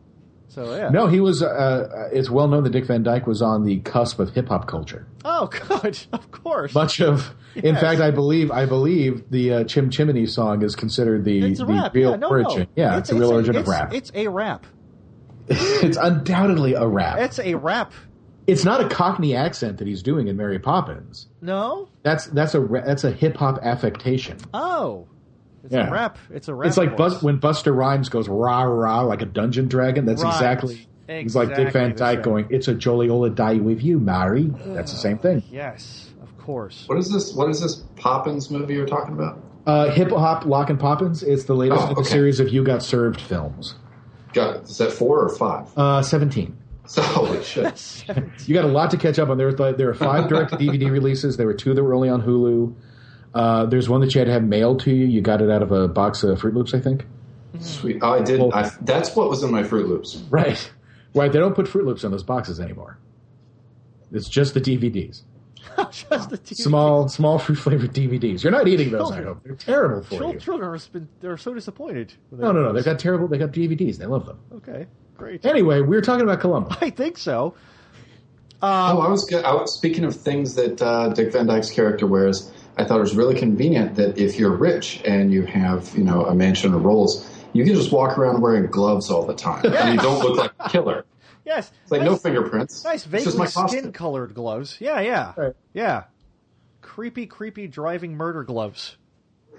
So yeah.
No, he was. Uh, uh, it's well known that Dick Van Dyke was on the cusp of hip hop culture.
Oh god, of course.
Much of, in
Yes.
fact, I believe, I believe the uh, Chim Chimney song is considered the,
it's a
the
rap.
real
yeah, no,
origin.
No.
Yeah, it's, a real origin of
it's-
rap. It's,
It's a rap.
undoubtedly a rap. It's,
It's a rap.
not a Cockney accent that he's doing in Mary Poppins.
No.
That's that's a ra- that's a hip hop affectation.
Oh. It's
Yeah.
a rap. It's a rap.
It's like
voice.
Bus- when Buster Rhymes goes rah rah like a dungeon dragon. That's
Right.
exactly. It's like Dick
Exactly
Van
the
Dyke
same.
going, "It's a jolly old day with you, Mary." That's the same thing.
Yes, of course.
What is this? What is this Poppins movie you're talking about?
Uh, Hip Hop Lock and Poppins. It's the latest
Oh,
in the
okay.
series of You Got Served films.
Got it. Is that four or five?
Uh, Seventeen.
So holy shit!
You got a lot to catch up on. There were there were five direct DVD releases. There were two that were only on Hulu. Uh, there's one that you had to have mailed to you. You got it out of a box of Fruit Loops, I think.
Sweet. Oh, I did.
Well-
I, that's what was in my Fruit Loops.
Right. Right. They don't put Fruit Loops on those boxes anymore. It's just the DVDs.
Just the TV.
Small, small fruit flavored DVDs. You're not eating those, I
Children.
hope. They're terrible for
Chil-
you.
Children are, spin- they're so disappointed. when they
No, no, no.
realize-
They've got terrible. They got DVDs. They love them.
Okay, great.
Anyway, we were talking about Columbo.
I think so. Um,
Oh, I was, go- I was speaking of things that uh, Dick Van Dyke's character wears. I thought it was really convenient that if you're rich and you have, you know, a mansion or rolls, you can just walk around wearing gloves all the time, and you don't look like a killer.
Yes.
It's like
nice,
no fingerprints.
Nice,
It's just
vaguely
my costume.
skin-colored gloves. Yeah, yeah,
Right.
yeah. Creepy, creepy driving murder gloves.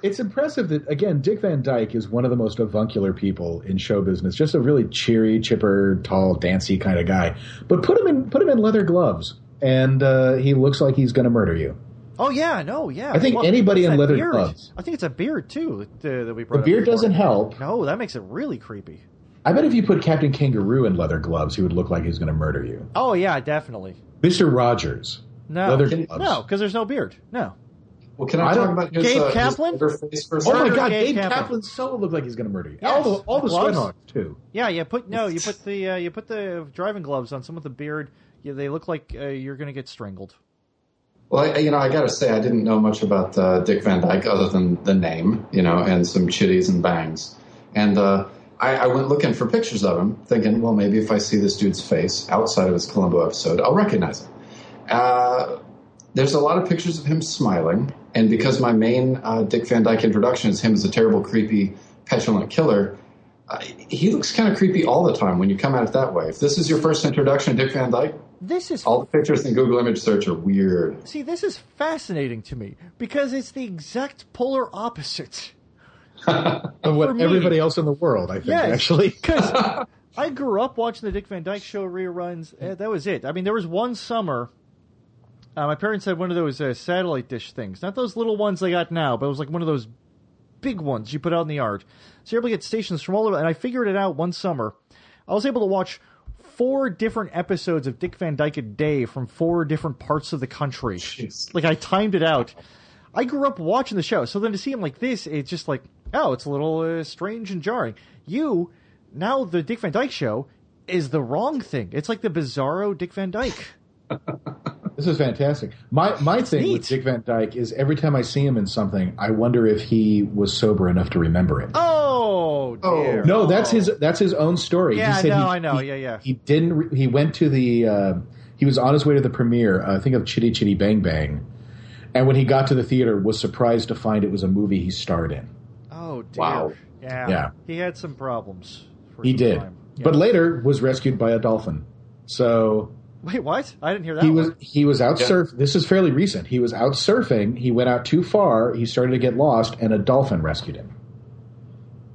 It's impressive that again, Dick Van Dyke is one of the most avuncular people in show business. Just a really cheery, chipper, tall, dancy kind of guy. But put him in put him in leather gloves, and uh, he looks like he's going to murder you.
Oh yeah, no, yeah.
I think
Well,
anybody
it's
in
that
leather
beard.
gloves.
I think it's a beard too that, that we brought.
The
up
beard
before.
doesn't help.
No, that makes it really creepy.
I bet if you put Captain Kangaroo in leather gloves, he would look like he's going to murder you.
Oh yeah, definitely.
Mister Rogers.
No,
Leather
Can-
gloves.
no, because there's no beard. No.
Well, can
I
I,
don't-
talk about his,
Gabe
uh, his
Kaplan?
other face for a
Oh
second?
my
Murder
God!
Gabe
Dave
Kaplan.
Kaplan's solo looked like he's going to murder you.
Yes.
All the all the
Gloves.
sweathogs too.
Yeah, yeah. Put no, you put the uh, you put the driving gloves on someone with a beard. Yeah, they look like uh, you're gonna get strangled.
Well, I, you know, I got to say, I didn't know much about uh, Dick Van Dyke other than the name, you know, and some chitties and bangs. And uh, I, I went looking for pictures of him, thinking, well, maybe if I see this dude's face outside of his Columbo episode, I'll recognize it. Uh, there's a lot of pictures of him smiling, and because my main uh, Dick Van Dyke introduction is him as a terrible, creepy, petulant killer. Uh, he looks kind of creepy all the time when you come at it that way. If this is your first introduction to Dick Van Dyke,
This is
all the pictures in Google Image Search are weird.
see, this is fascinating to me because it's the exact polar opposite.
Of
For
what
me.
everybody else in the world, I think,
Yes.
actually.
Because I grew up watching the Dick Van Dyke Show reruns. Eh, That was it. I mean, there was one summer. Uh, my parents had one of those uh, satellite dish things, not those little ones they got now, but it was like one of those big ones you put out in the yard. So you're able to get stations from all over. And I figured it out one summer. I was able to watch four different episodes of Dick Van Dyke a day from four different parts of the country. Like I timed it out. I grew up watching the show, so then to see him like this, it's just like, oh, it's a little uh, strange and jarring. You now the Dick Van Dyke show is the wrong thing. It's like the Bizarro Dick Van Dyke.
This is fantastic. My my thing
neat.
with Dick Van Dyke is every time I see him in something, I wonder if he was sober enough to remember it.
Oh,
Oh.
dear.
No, that's his that's his own story.
Yeah,
he said
no,
he,
I know.
he-
Yeah, yeah.
He didn't. Re- he went to the. Uh, he was on his way to the premiere. Uh, I think of Chitty Chitty Bang Bang, and when he got to the theater, was surprised to find it was a movie he starred in.
Oh dear.
Wow.
Yeah.
Yeah.
He had some problems. For
He
some
did,
time. Yeah.
but later was rescued by a dolphin. So
wait, what? I didn't hear that.
he
one.
was he was out
Yeah.
surf. This is fairly recent. He was out surfing. He went out too far. He started to get lost, and a dolphin rescued him.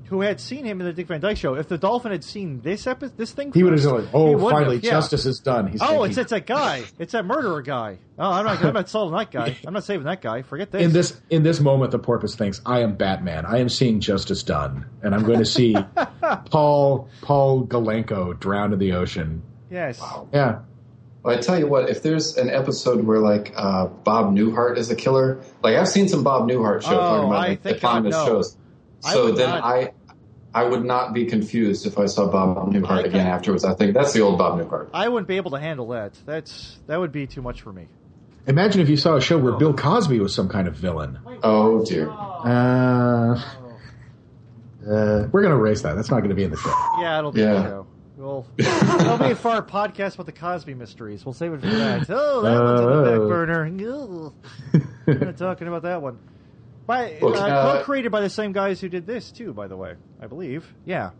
who had seen him in the Dick Van Dyke show. If the dolphin had seen this episode, this thing,
He would have said, like,
He
"Oh,
wouldn't
finally,
have, yeah.
justice is done." He's
Oh, it's
thinking.
it's that guy. It's that murderer guy. Oh, I'm not. I'm not solving that guy. I'm not saving that guy. Forget this.
in this in this moment, the porpoise thinks, "I am Batman. I am seeing justice done, and I'm going to see Paul Paul Galenko drown in the ocean."
yes.
Wow.
Yeah,
But I tell you what, if there's an episode where like uh, Bob Newhart is a killer, like I've seen some Bob Newhart shows
Oh,
talking about
I
like, the
think I
finest
know.
shows.
I
So
would
then
not-
I, I would not be confused if I saw Bob
I
Newhart
could-
again afterwards. I think that's the old Bob Newhart.
I wouldn't be able to handle that. That's that would be too much for me.
Imagine if you saw a show
Oh.
where Bill Cosby was some kind of villain.
Oh dear.
Uh, uh, we're going to erase that. That's not going to be in the show.
Yeah, it'll be
Yeah.
a show. We'll it'll be for our podcast about the Cosby mysteries. We'll save it for that. Oh, that one's on the back
Oh.
burner. Ugh. We're not talking about that one. By
Well, can,
uh,
uh,
co-created by the same guys who did this too, by the way, I believe. Yeah.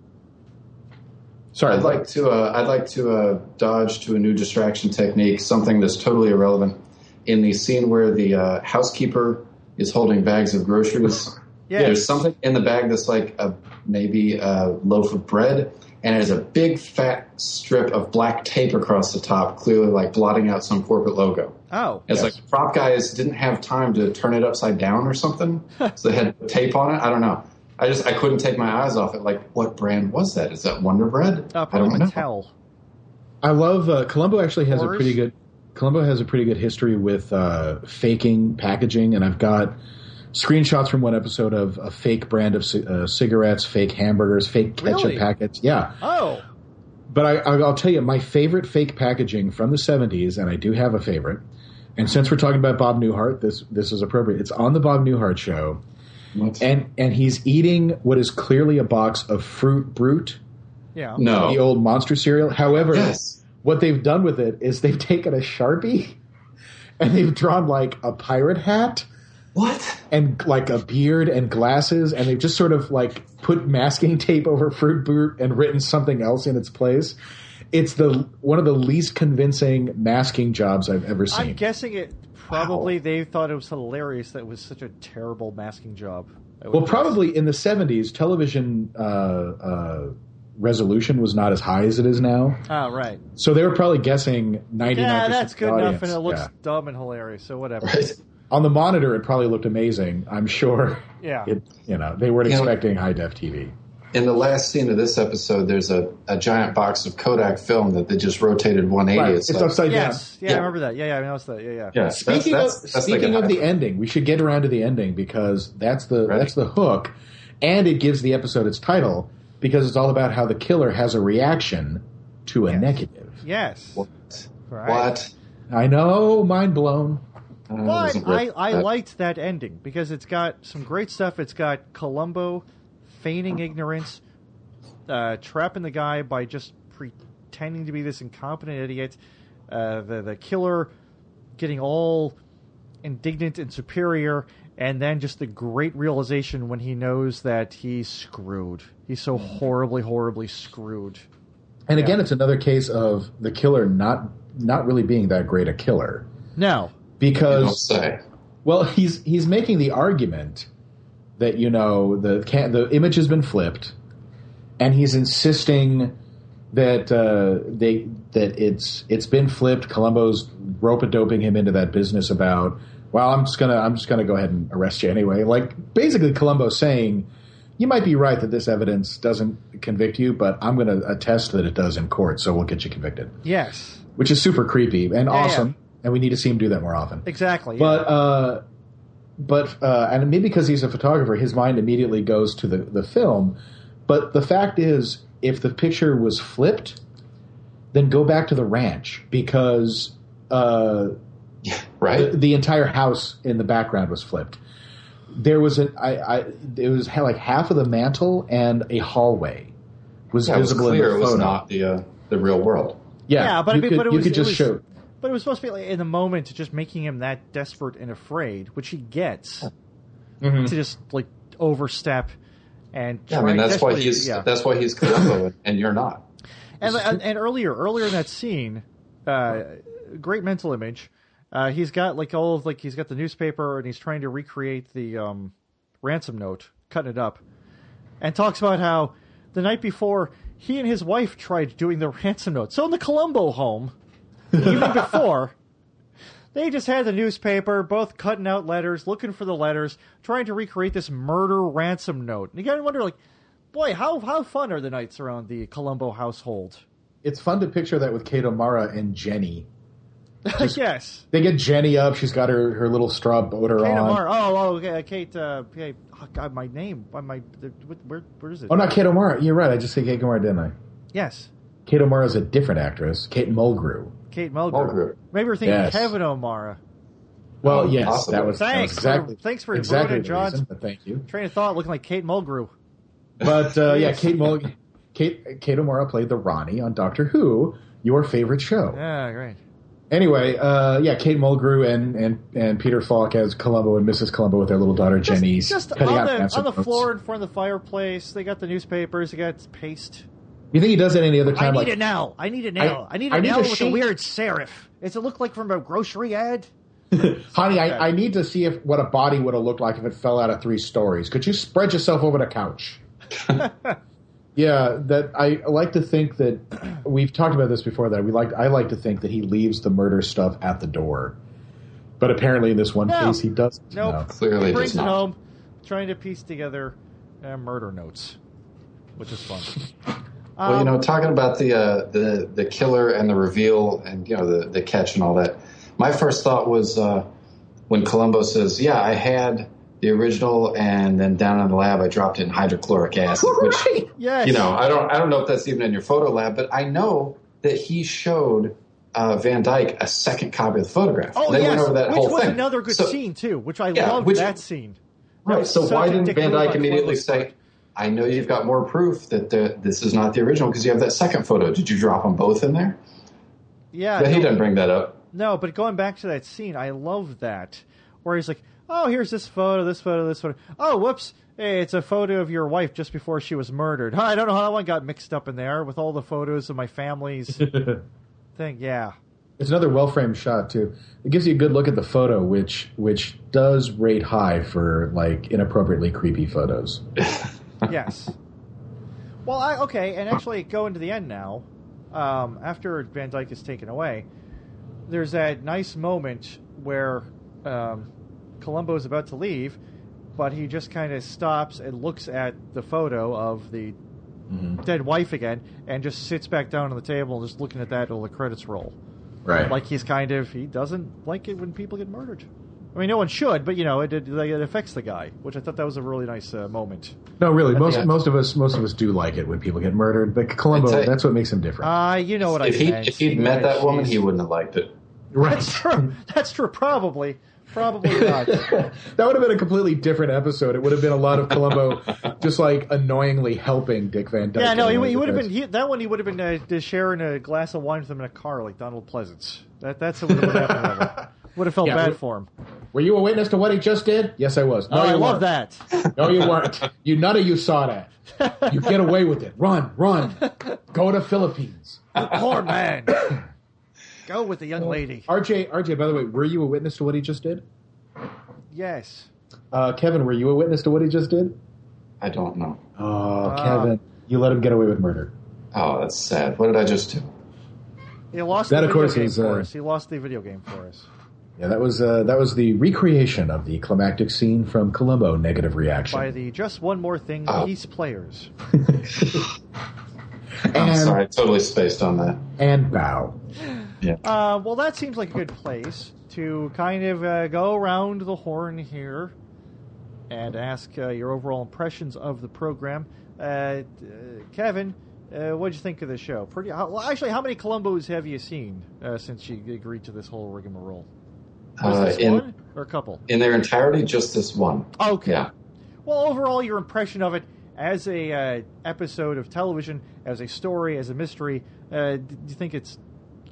Sorry.
I'd like to. Uh, I'd like to uh, dodge to a new distraction technique, something that's totally irrelevant. In the scene where the uh, housekeeper is holding bags of groceries,
Yeah.
there's something in the bag that's like a maybe a loaf of bread, and it has a big fat strip of black tape across the top, clearly like blotting out some corporate logo.
Oh.
It's
Yes.
like the prop guys didn't have time to turn it upside down or something, so they had tape on it. I don't know. I just I couldn't take my eyes off it. Like, what brand was that? Is that Wonder Bread?
Uh,
I don't
probably
know.
Mattel.
I love uh, Columbo. Actually, has a
Horrors?
pretty good Columbo has a pretty good history with uh, faking packaging, and I've got screenshots from one episode of a fake brand of ci- uh, cigarettes, fake hamburgers, fake ketchup
Really?
packets. Yeah,
Oh.
but I, I- I'll tell you, my favorite fake packaging from the '70s, and I do have a favorite. And since we're talking about Bob Newhart, this this is appropriate. It's on the Bob Newhart show,
What?
and and he's eating what is clearly a box of Fruit Brute,
Yeah.
no.
the old monster cereal. However,
Oh. Yes.
what they've done with it is they've taken a sharpie and they've drawn like a pirate hat
What?
and like a beard and glasses and they've just sort of like put masking tape over fruit boot and written something else in its place it's the one of the least convincing masking jobs i've ever
I'm
seen
guessing it probably they thought it was hilarious that it was such a terrible masking job. I would
well
guess.
probably in the 70s television uh, uh, resolution was not as high as it is now
Oh, right.
so they were probably guessing 99%
Yeah, that's
of the
good enough,
audience.
and it looks
Yeah.
dumb and hilarious. So whatever.
on the monitor it probably looked amazing i'm sure
Yeah.
it, you know, they weren't
You know-
expecting high def TV.
In the last scene of this episode, there's a, a giant box of Kodak film that they just rotated 180.
Right,
It's
It's
like-
upside down.
yes. Yeah,
Oh, Yeah.
I remember that. Yeah, yeah, I noticed that. Yeah, yeah.
yeah, that's-
Speaking
that's-
of
that's like
speaking
a
of the
high-
ending, we should get around to the ending because that's the
Right.
that's the hook, and it gives the episode its title because it's all about how the killer has a reaction to a negative.
Yes.
What?
Right.
What?
I know, mind blown.
Uh,
But
wasn't
I,
great.
I
That-
liked that ending because it's got some great stuff. It's got Columbo feigning ignorance, uh, trapping the guy by just pretending to be this incompetent idiot, uh, the, the killer getting all indignant and superior, and then just the great realization when he knows that he's screwed. He's so horribly, horribly screwed.
And
Yeah.
again, it's another case of the killer not not really being that great a killer
No.
you don't
because
say.
Well, he's he's making the argument that you know the can, the image has been flipped, and he's insisting that uh, they that it's it's been flipped. Columbo's rope a doping him into that business about. Well, I'm just gonna I'm just gonna go ahead and arrest you anyway. Like basically, Columbo's saying. You might be right that this evidence doesn't convict you, but I'm going to attest that it does in court, so we'll get you convicted,
Yes.
which is super creepy and
yeah.
awesome. And we need to see him do that more often.
Exactly. yeah.
But uh, but uh, and maybe because he's a photographer, his mind immediately goes to the the film. But the fact is, if the picture was flipped, then go back to the ranch because uh,
Right?
the, the entire house in the background was flipped. There was an I, I it was ha- like half of the mantle and a hallway was
Yeah, it was
visible in
clear it
the
was
photo.
not the, uh, the real world.
Yeah,
Yeah, but I
you
mean,
could,
but it
you
was-
could
it
just
was-
show.
But it was supposed to be like, in the moment, just making him that desperate and afraid, which he gets to just like overstep and
Mm-hmm. Yeah, I
try
mean, that's why
desperately-
he's
yeah.
that's why he's Columbo and, and you're not.
and, and, and earlier earlier in that scene, uh, great mental image. Uh, he's got like all of like he's got the newspaper and he's trying to recreate the um, ransom note, cutting it up, and talks about how the night before he and his wife tried doing the ransom note. So in the Colombo home, even before. They just had the newspaper, both cutting out letters, looking for the letters, trying to recreate this murder ransom note. And you gotta wonder, like, boy, how how fun are the nights around the Colombo household?
It's fun to picture that with Kato Mara and Jenny Just-
yes.
They get Jenny up. She's got her, her little straw boater
Kate
on.
O'Mara. Oh, oh, okay, uh, Kate. Uh, Kate oh, God, my name. uh, My the- what- where where is it?
Oh, not Kate O'Mara. You're right. I just said Kate O'Mara, didn't I?
Yes,
Kate O'Mara is a different actress. Kate Mulgrew.
Kate Mulgrew.
Mulgrew.
Maybe we're thinking
Yes.
Kevin O'Mara.
Well,
Oh,
yes,
possibly.
that was, that was
Thanks for-
exactly.
thanks for
exactly
ruining
the reason,
John's-
but thank you.
Train of thought looking like Kate Mulgrew.
But uh, yeah, Kate Mulg- Kate Kate O'Mara played the Ronnie on Doctor Who, your favorite show.
Yeah, great.
Anyway, uh, yeah, Kate Mulgrew and, and, and Peter Falk as Columbo and Mrs. Columbo with their little daughter Jenny.
just on
cutting out
the,
ransom
on the
notes.
floor in front of the fireplace. They got the newspapers. They got paste.
You think he does it any other
I
time?
need
like,
it now. I need it now. I,
I-
need
I
it
need
now
a
with a
sheet.
weird serif. Does it look like from a grocery ad?
honey, I, I need to see if what a body would have looked like if it fell out of three stories. Could you spread yourself over the couch? yeah, that I like to think that we've talked about this before. That we like, I like to think that he leaves the murder stuff at the door, but apparently in this one
No.
case he doesn't.
Nope.
No.
Clearly,
He
it
brings
does
it
not.
home, trying to piece together uh, murder notes, which is fun.
Well, you
Um,
know, talking about the uh, the the killer and the reveal and you know the the catch and all that. My first thought was uh, when Columbo says, "Yeah, I had the original, and then down in the lab, I dropped in hydrochloric acid." Which
yes.
you know, I don't I don't know if that's even in your photo lab, but I know that he showed uh, Van Dyke a second copy of the photograph.
Oh
they
yes,
went over that
which
whole
was
thing.
another good
So-
scene too, which I
Yeah,
loved
which-
that scene. That
Right.
was
So
such
why
a
didn't
dick
Van
move
Dyke
by
immediately
Columbus.
say, "I know you've got more proof that the, this is not the original because you have that second photo. Did you drop them both in there?"
"Yeah,
But he
no,
didn't bring that up.
no." But going back to that scene, I love that where he's like, "Oh, here's this photo, this photo, this photo. Oh, whoops, hey, it's a photo of your wife just before she was murdered. Huh, I don't know how that one got mixed up in there with all the photos of my family's thing. Yeah,
It's another well framed shot too. It gives you a good look at the photo, which which does rate high for like inappropriately creepy photos.
yes. Well, I okay, and actually going to the end now. Um, after Van Dyke is taken away, there's that nice moment where um, Columbo is about to leave, but he just kind of stops and looks at the photo of the dead wife again, and just sits back down on the table, just looking at that till the credits roll.
Right.
Like he's kind of he doesn't like it when people get murdered. I mean, no one should, but you know, it, it, it affects the guy, which I thought that was a really nice uh, moment.
No, really. Most
end.
most of us most of us do like it when people get murdered, but Columbo,
It's a-
that's what makes him different.
Ah, you know what
if
I
he
meant.
if he'd met
Yeah,
that woman,
jeez.
he wouldn't have liked it.
That's true. That's true. Probably. Probably not.
that would have been a completely different episode. It would have been a lot of Columbo just like annoyingly helping Dick Van Dyke.
yeah, no,
in
he,
the
he would have been
defense.
he, that one. He would have been uh, just sharing a glass of wine with him in a car, like Donald Pleasance. That that's what would have happened. to him. Would have felt
Yeah,
bad
we-
for him.
Were you a witness to what he just did? Yes, I was. No,
oh,
you
I love
weren't.
that.
No, you weren't. You none of you saw that. You get away with it. Run, run. Go to Philippines.
Poor man. Go with the young lady.
RJ, RJ. By the way, were you a witness to what he just did?
Yes.
Uh, Kevin, were you a witness to what he just did?
I don't know.
Oh,
Ah.
Kevin, you let him get away with murder.
Oh, that's sad. What did I just do?
He lost
That,
the
of
video
course,
game
is, uh,
for us. He lost the video game for us.
Yeah, that was uh, that was the recreation of the climactic scene from Columbo Negative
By
Reaction.
the just one more thing,
Oh.
peace players.
I'm
And-
sorry. I totally spaced on that.
and bow.
Uh, well, that seems like a good place to kind of uh, go around the horn here and ask uh, your overall impressions of the program. Uh, d- uh, Kevin, uh, what did you think of the show? Pretty how, well, actually. How many Columbos have you seen uh, since you agreed to this whole rigmarole? Was
Uh,
this
in
one or a couple?
in their entirety, just this one.
Okay.
Yeah.
Well, overall, your impression of it as a uh, episode of television, as a story, as a mystery. Uh, d- do you think it's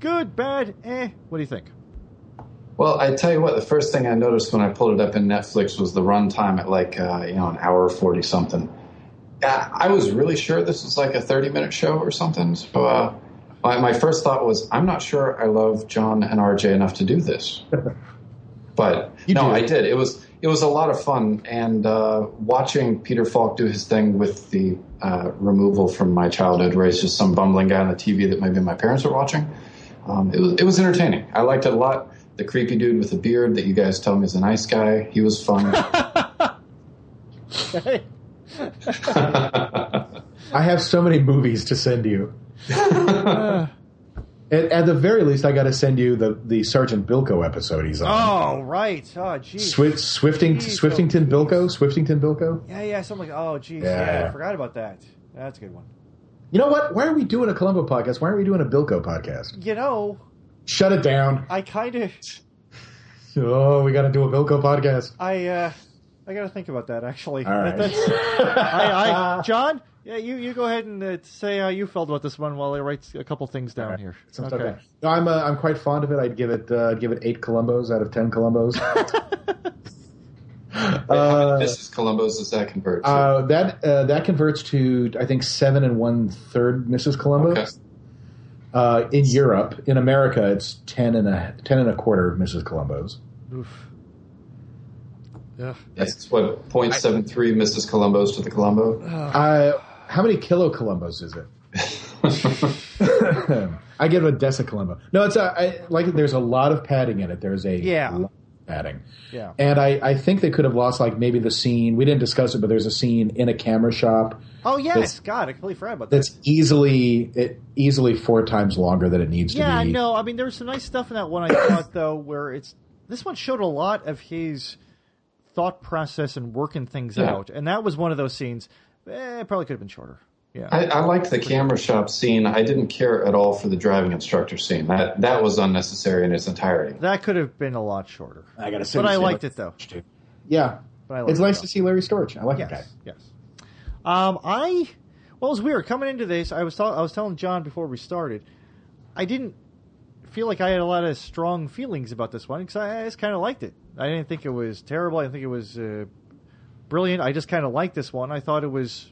good, bad, eh? What do you think?
Well, I tell you what. The first thing I noticed when I pulled it up in Netflix was the runtime at like uh, you know an hour forty something. I I was really sure this was like a thirty-minute show or something. So uh, my, my first thought was, I'm not sure I love John and RJ enough to do this. But
You
no,
do.
I did. It was it was a lot of fun, and uh, watching Peter Falk do his thing with the uh, removal from my childhood, where he's just some bumbling guy on the TV that maybe my parents were watching. Um, it was it was entertaining. I liked it a lot. The creepy dude with the beard that you guys tell me is a nice guy. He was fun.
I have so many movies to send you. At, at the very least, I got to send you the, the Sergeant Bilko episode he's on.
Oh right. Oh geez.
Swift, Swifting,
Jeez,
Swiftington
oh,
Bilko?
geez.
Swiftington Bilko?
Yeah, yeah. Something like oh geez. Yeah.
Yeah.
I forgot about that. That's a good one.
You know what? Why are we doing a Columbo podcast? Why aren't we doing a Bilko podcast?
You know,
Shut it down.
I kind of
Oh, we got to do a Bilko podcast.
I uh, I got to think about that actually.
All right.
That's- I, I, John, yeah, you, you go ahead and uh, say how you felt about this one while I write a couple things down
Alright.
here.
Some stuff there. No, I'm uh, I'm quite fond of it. I'd give it uh, I'd give it eight Columbos out of ten Columbos.
How many
uh,
Mrs. Columbos does that convert to?
uh, that uh, that converts to I think seven and one third Mrs. Columbos.
Okay.
Uh, in Europe, in America, it's ten and a ten and a quarter Mrs. Columbos.
Oof. Yeah.
That's what 0.73 Mrs. Columbos to the Columbo.
Uh, how many kilo Columbos is it? I give it a decacolumbo. No, it's a, I, like there's a lot of padding in it. There's a
Yeah.
lot of padding.
Yeah.
And I, I think they could have lost like maybe the scene. We didn't discuss it, but there's a scene in a camera shop
Oh yes,
That's-
God, I completely forgot about that.
that's easily it easily four times longer than it needs
Yeah,
to be.
no, I mean there was some nice stuff in that one. I thought though, where it's this one showed a lot of his thought process and working things
Yeah.
out, and that was one of those scenes. Eh, it probably could have been shorter. Yeah.
I, I liked the camera shop scene. I didn't care at all for the driving instructor scene. That that was unnecessary in its entirety.
that could have been a lot shorter,
I gotta say,
but I liked it though.
Yeah,
But I liked
it's
it,
nice
though.
to see Larry Storch. I like
Yes.
that guy.
Yes. Um, I well, it was weird coming into this. I was tell, I was telling John before we started. I didn't feel like I had a lot of strong feelings about this one because I, I just kind of liked it. I didn't think it was terrible. I didn't think it was uh, brilliant. I just kind of liked this one. I thought it was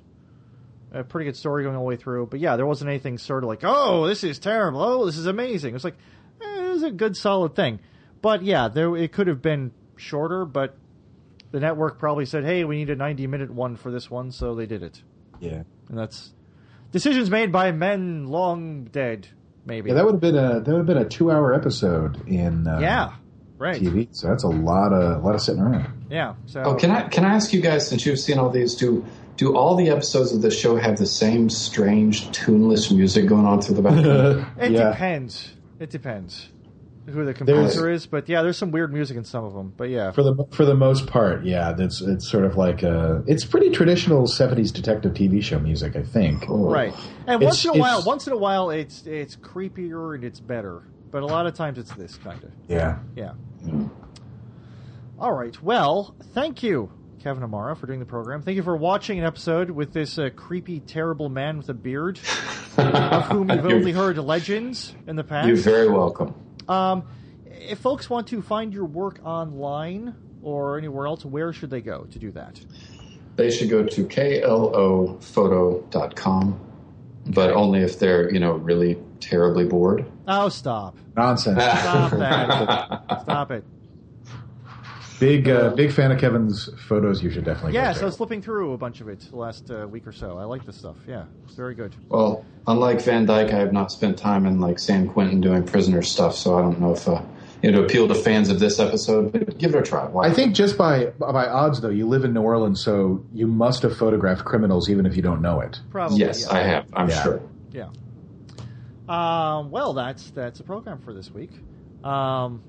a pretty good story going all the way through. But yeah, there wasn't anything sort of like, oh, this is terrible. Oh, this is amazing. It was like eh, it was a good solid thing. But yeah, there it could have been shorter, but the network probably said, "Hey, we need a 90-minute one for this one," so they did it.
Yeah,
And that's decisions made by men long dead, maybe.
yeah. That would have been a that would have been a two hour episode in uh,
Yeah, right.
TV. So that's a lot of a lot of sitting around.
Yeah. So
Oh, can I can I ask you guys since you've seen all these do do all the episodes of the show have the same strange tuneless music going on through the background?
it
yeah.
depends. It depends who the composer is, but yeah, there's some weird music in some of them. But yeah,
For the for the most part, yeah, that's it's sort of like a it's pretty traditional '70s detective TV show music, I think.
Oh.
right. And
It's-
once in a while,
it's-
once in a while, it's it's creepier and it's better. But a lot of times, it's this kind of.
Yeah.
Yeah. All right. Well, thank you, Kevin Amara, for doing the program. Thank you for watching an episode with this uh, creepy, terrible man with a beard, of whom you've only
you're,
heard legends in the
you're
past.
very welcome.
Um, if folks want to find your work online or anywhere else, where should they go to do that?
They should go to klophoto.com, but only if they're you know really terribly bored.
Oh, stop!
Nonsense.
Ah.
Stop that! stop it!
Big uh, big fan of Kevin's photos. You should definitely.
Yeah,
go
so I
check.
was flipping through a bunch of it the last uh, week or so. I like this stuff. Yeah, it's very good.
Well, unlike Van Dyke, I have not spent time in like San Quentin doing prisoner stuff, so I don't know if uh, you know to appeal to fans of this episode. But give it a try. Why?
I think just by by odds though, you live in New Orleans, so you must have photographed criminals, even if you don't know it.
Probably.
yes,
yeah.
I have. I'm
Yeah.
sure.
Yeah. Um, well, that's that's a program for this week. Um,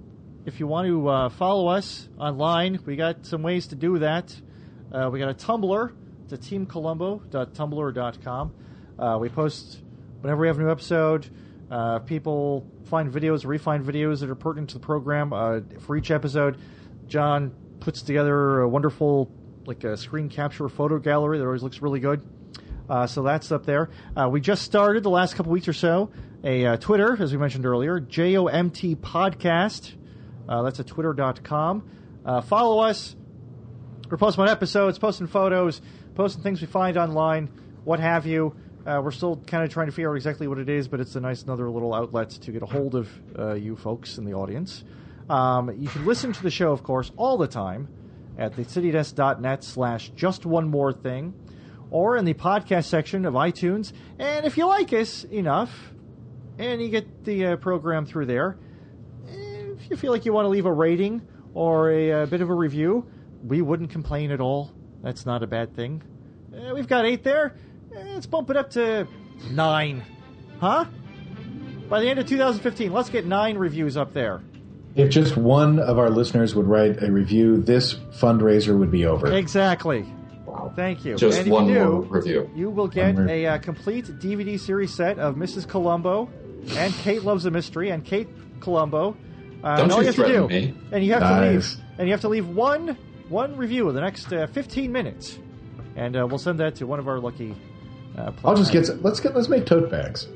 if you want to uh, follow us online, we got some ways to do that. Uh, we got a Tumblr, it's a teamcolumbo.tumblr.com. Uh, we post whenever we have a new episode. Uh, people find videos, refine videos that are pertinent to the program uh, for each episode. John puts together a wonderful like a screen capture photo gallery that always looks really good. Uh, so that's up there. Uh, we just started the last couple weeks or so a uh, Twitter, as we mentioned earlier, JOMT Podcast. Uh, that's at twitter.com. Uh, follow us. We're posting on episodes, posting photos, posting things we find online, what have you. Uh, we're still kind of trying to figure out exactly what it is, but it's a nice another little outlet to get a hold of uh, you folks in the audience. Um, you can listen to the show, of course, all the time at thecitydesk.net slash just one more thing or in the podcast section of iTunes. And if you like us enough and you get the uh, program through there, if you feel like you want to leave a rating or a, uh bit of a review, we wouldn't complain at all. That's not a bad thing. Uh, we've got eight there. Uh, let's bump it up to nine. Huh? By the end of 2015, let's get nine reviews up there.
If just one of our listeners would write a review, this fundraiser would be over.
Exactly.
Wow.
Thank you.
Just
and if
one
you do,
more review.
You will get
One more.
a uh, complete DVD series set of Mrs. Columbo and Kate Loves a Mystery and Kate Columbo. Uh,
Don't
and all
you
have to
threaten
do,
me.
and you have
Nice.
to leave, and you have to leave one one review in the next uh, 15 minutes, and uh, we'll send that to one of our lucky. Uh,
I'll just get
players.
some, let's get let's make tote bags.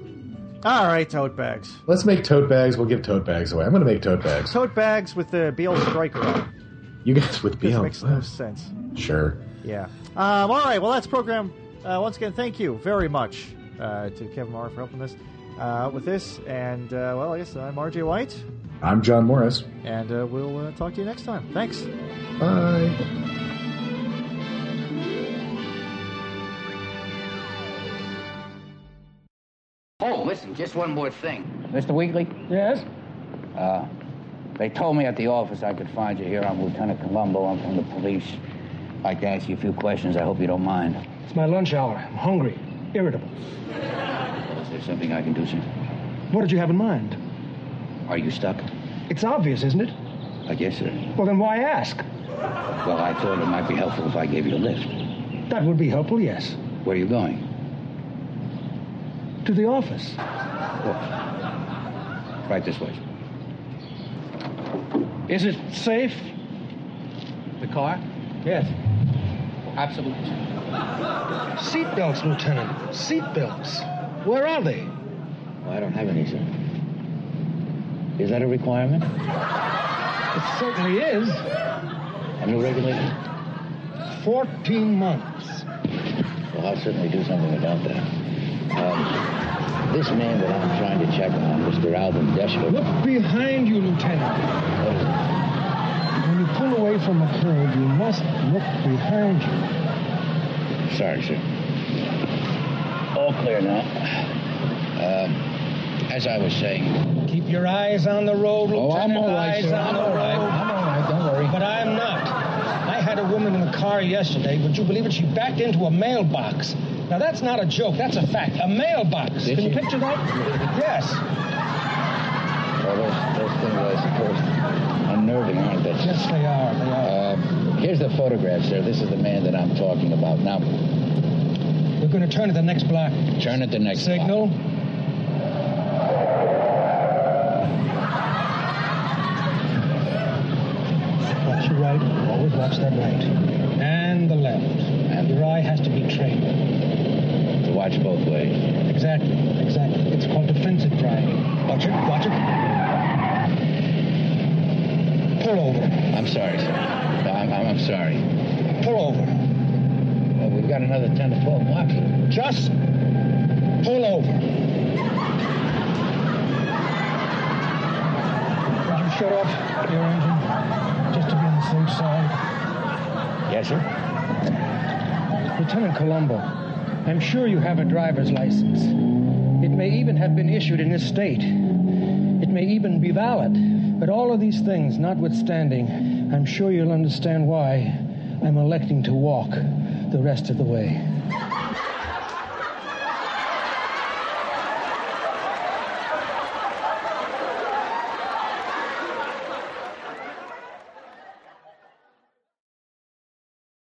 All right, tote bags.
Let's make tote bags. We'll give tote bags away. I'm going to make tote bags.
Tote bags with the Beal Striker on.
You guys with
This
Beal.
makes no sense.
Sure.
Yeah. Um, all right. Well, that's program. Uh, once again, thank you very much uh, to Kevin Mara for helping us uh, with this. And uh, well, I guess I'm RJ White,
I'm John Morris.
and uh, we'll uh, talk to you next time. Thanks.
Bye.
Oh, listen, just one more thing. Mr. Wheatley?
Yes?
Uh, they told me at the office I could find you here. I'm Lieutenant Colombo. I'm from the police. I'd like to ask you a few questions. I hope you don't mind.
It's my lunch hour. I'm hungry, irritable.
Is there something I can do, sir?
What did you have in mind?
Are you stuck?
It's obvious, isn't it?
I guess, sir.
Well, then why ask?
Well, I thought it might be helpful if I gave you a lift.
That would be helpful, yes.
Where are you going?
To the office.
Right this way.
Is it safe?
The car?
Yes.
Absolutely.
Seatbelts, Lieutenant. Seatbelts. Where are they?
Well, I don't have any, sir. Is that a requirement?
It certainly is.
A new regulation?
14 months.
Well, I'll certainly do something about that. Um, this man that I'm trying to check on, Mr. Alvin Deshler.
Look behind you, Lieutenant. When you pull away from a curb, you must look behind you.
Sorry, sir. All clear now. Um, as I was saying,
Keep your eyes on the road,
Oh, I'm
Lieutenant.
all right,
eyes
sir.
on
I'm
the
all right.
road.
I'm all right. Don't worry.
But I'm not. I had a woman in the car yesterday. Would you believe it? She backed into a mailbox. Now that's not a joke. That's a fact. A mailbox.
Did
Can you
she?
picture that? Yes.
well, those, those things are, I suppose, unnerving, aren't they?
Yes, they are. They are.
Um, here's the photograph, sir. This is the man that I'm talking about. Now,
We're going to turn to the next block.
turn at the next block.
Signal. Watch your right. Always watch that right. And the left. And your eye has to be trained.
To watch both ways.
Exactly. Exactly. It's called defensive driving. Watch it. Watch it. Pull over.
I'm sorry, sir. No, I'm, I'm, I'm sorry.
Pull over.
Well, we've got another 10 to 12 blocks.
Just pull over. Did you shut off your engine? Just to be on the safe side.
Yes, sir?
Lieutenant Colombo, I'm sure you have a driver's license. It may even have been issued in this state. It may even be valid. But all of these things notwithstanding, I'm sure you'll understand why I'm electing to walk the rest of the way.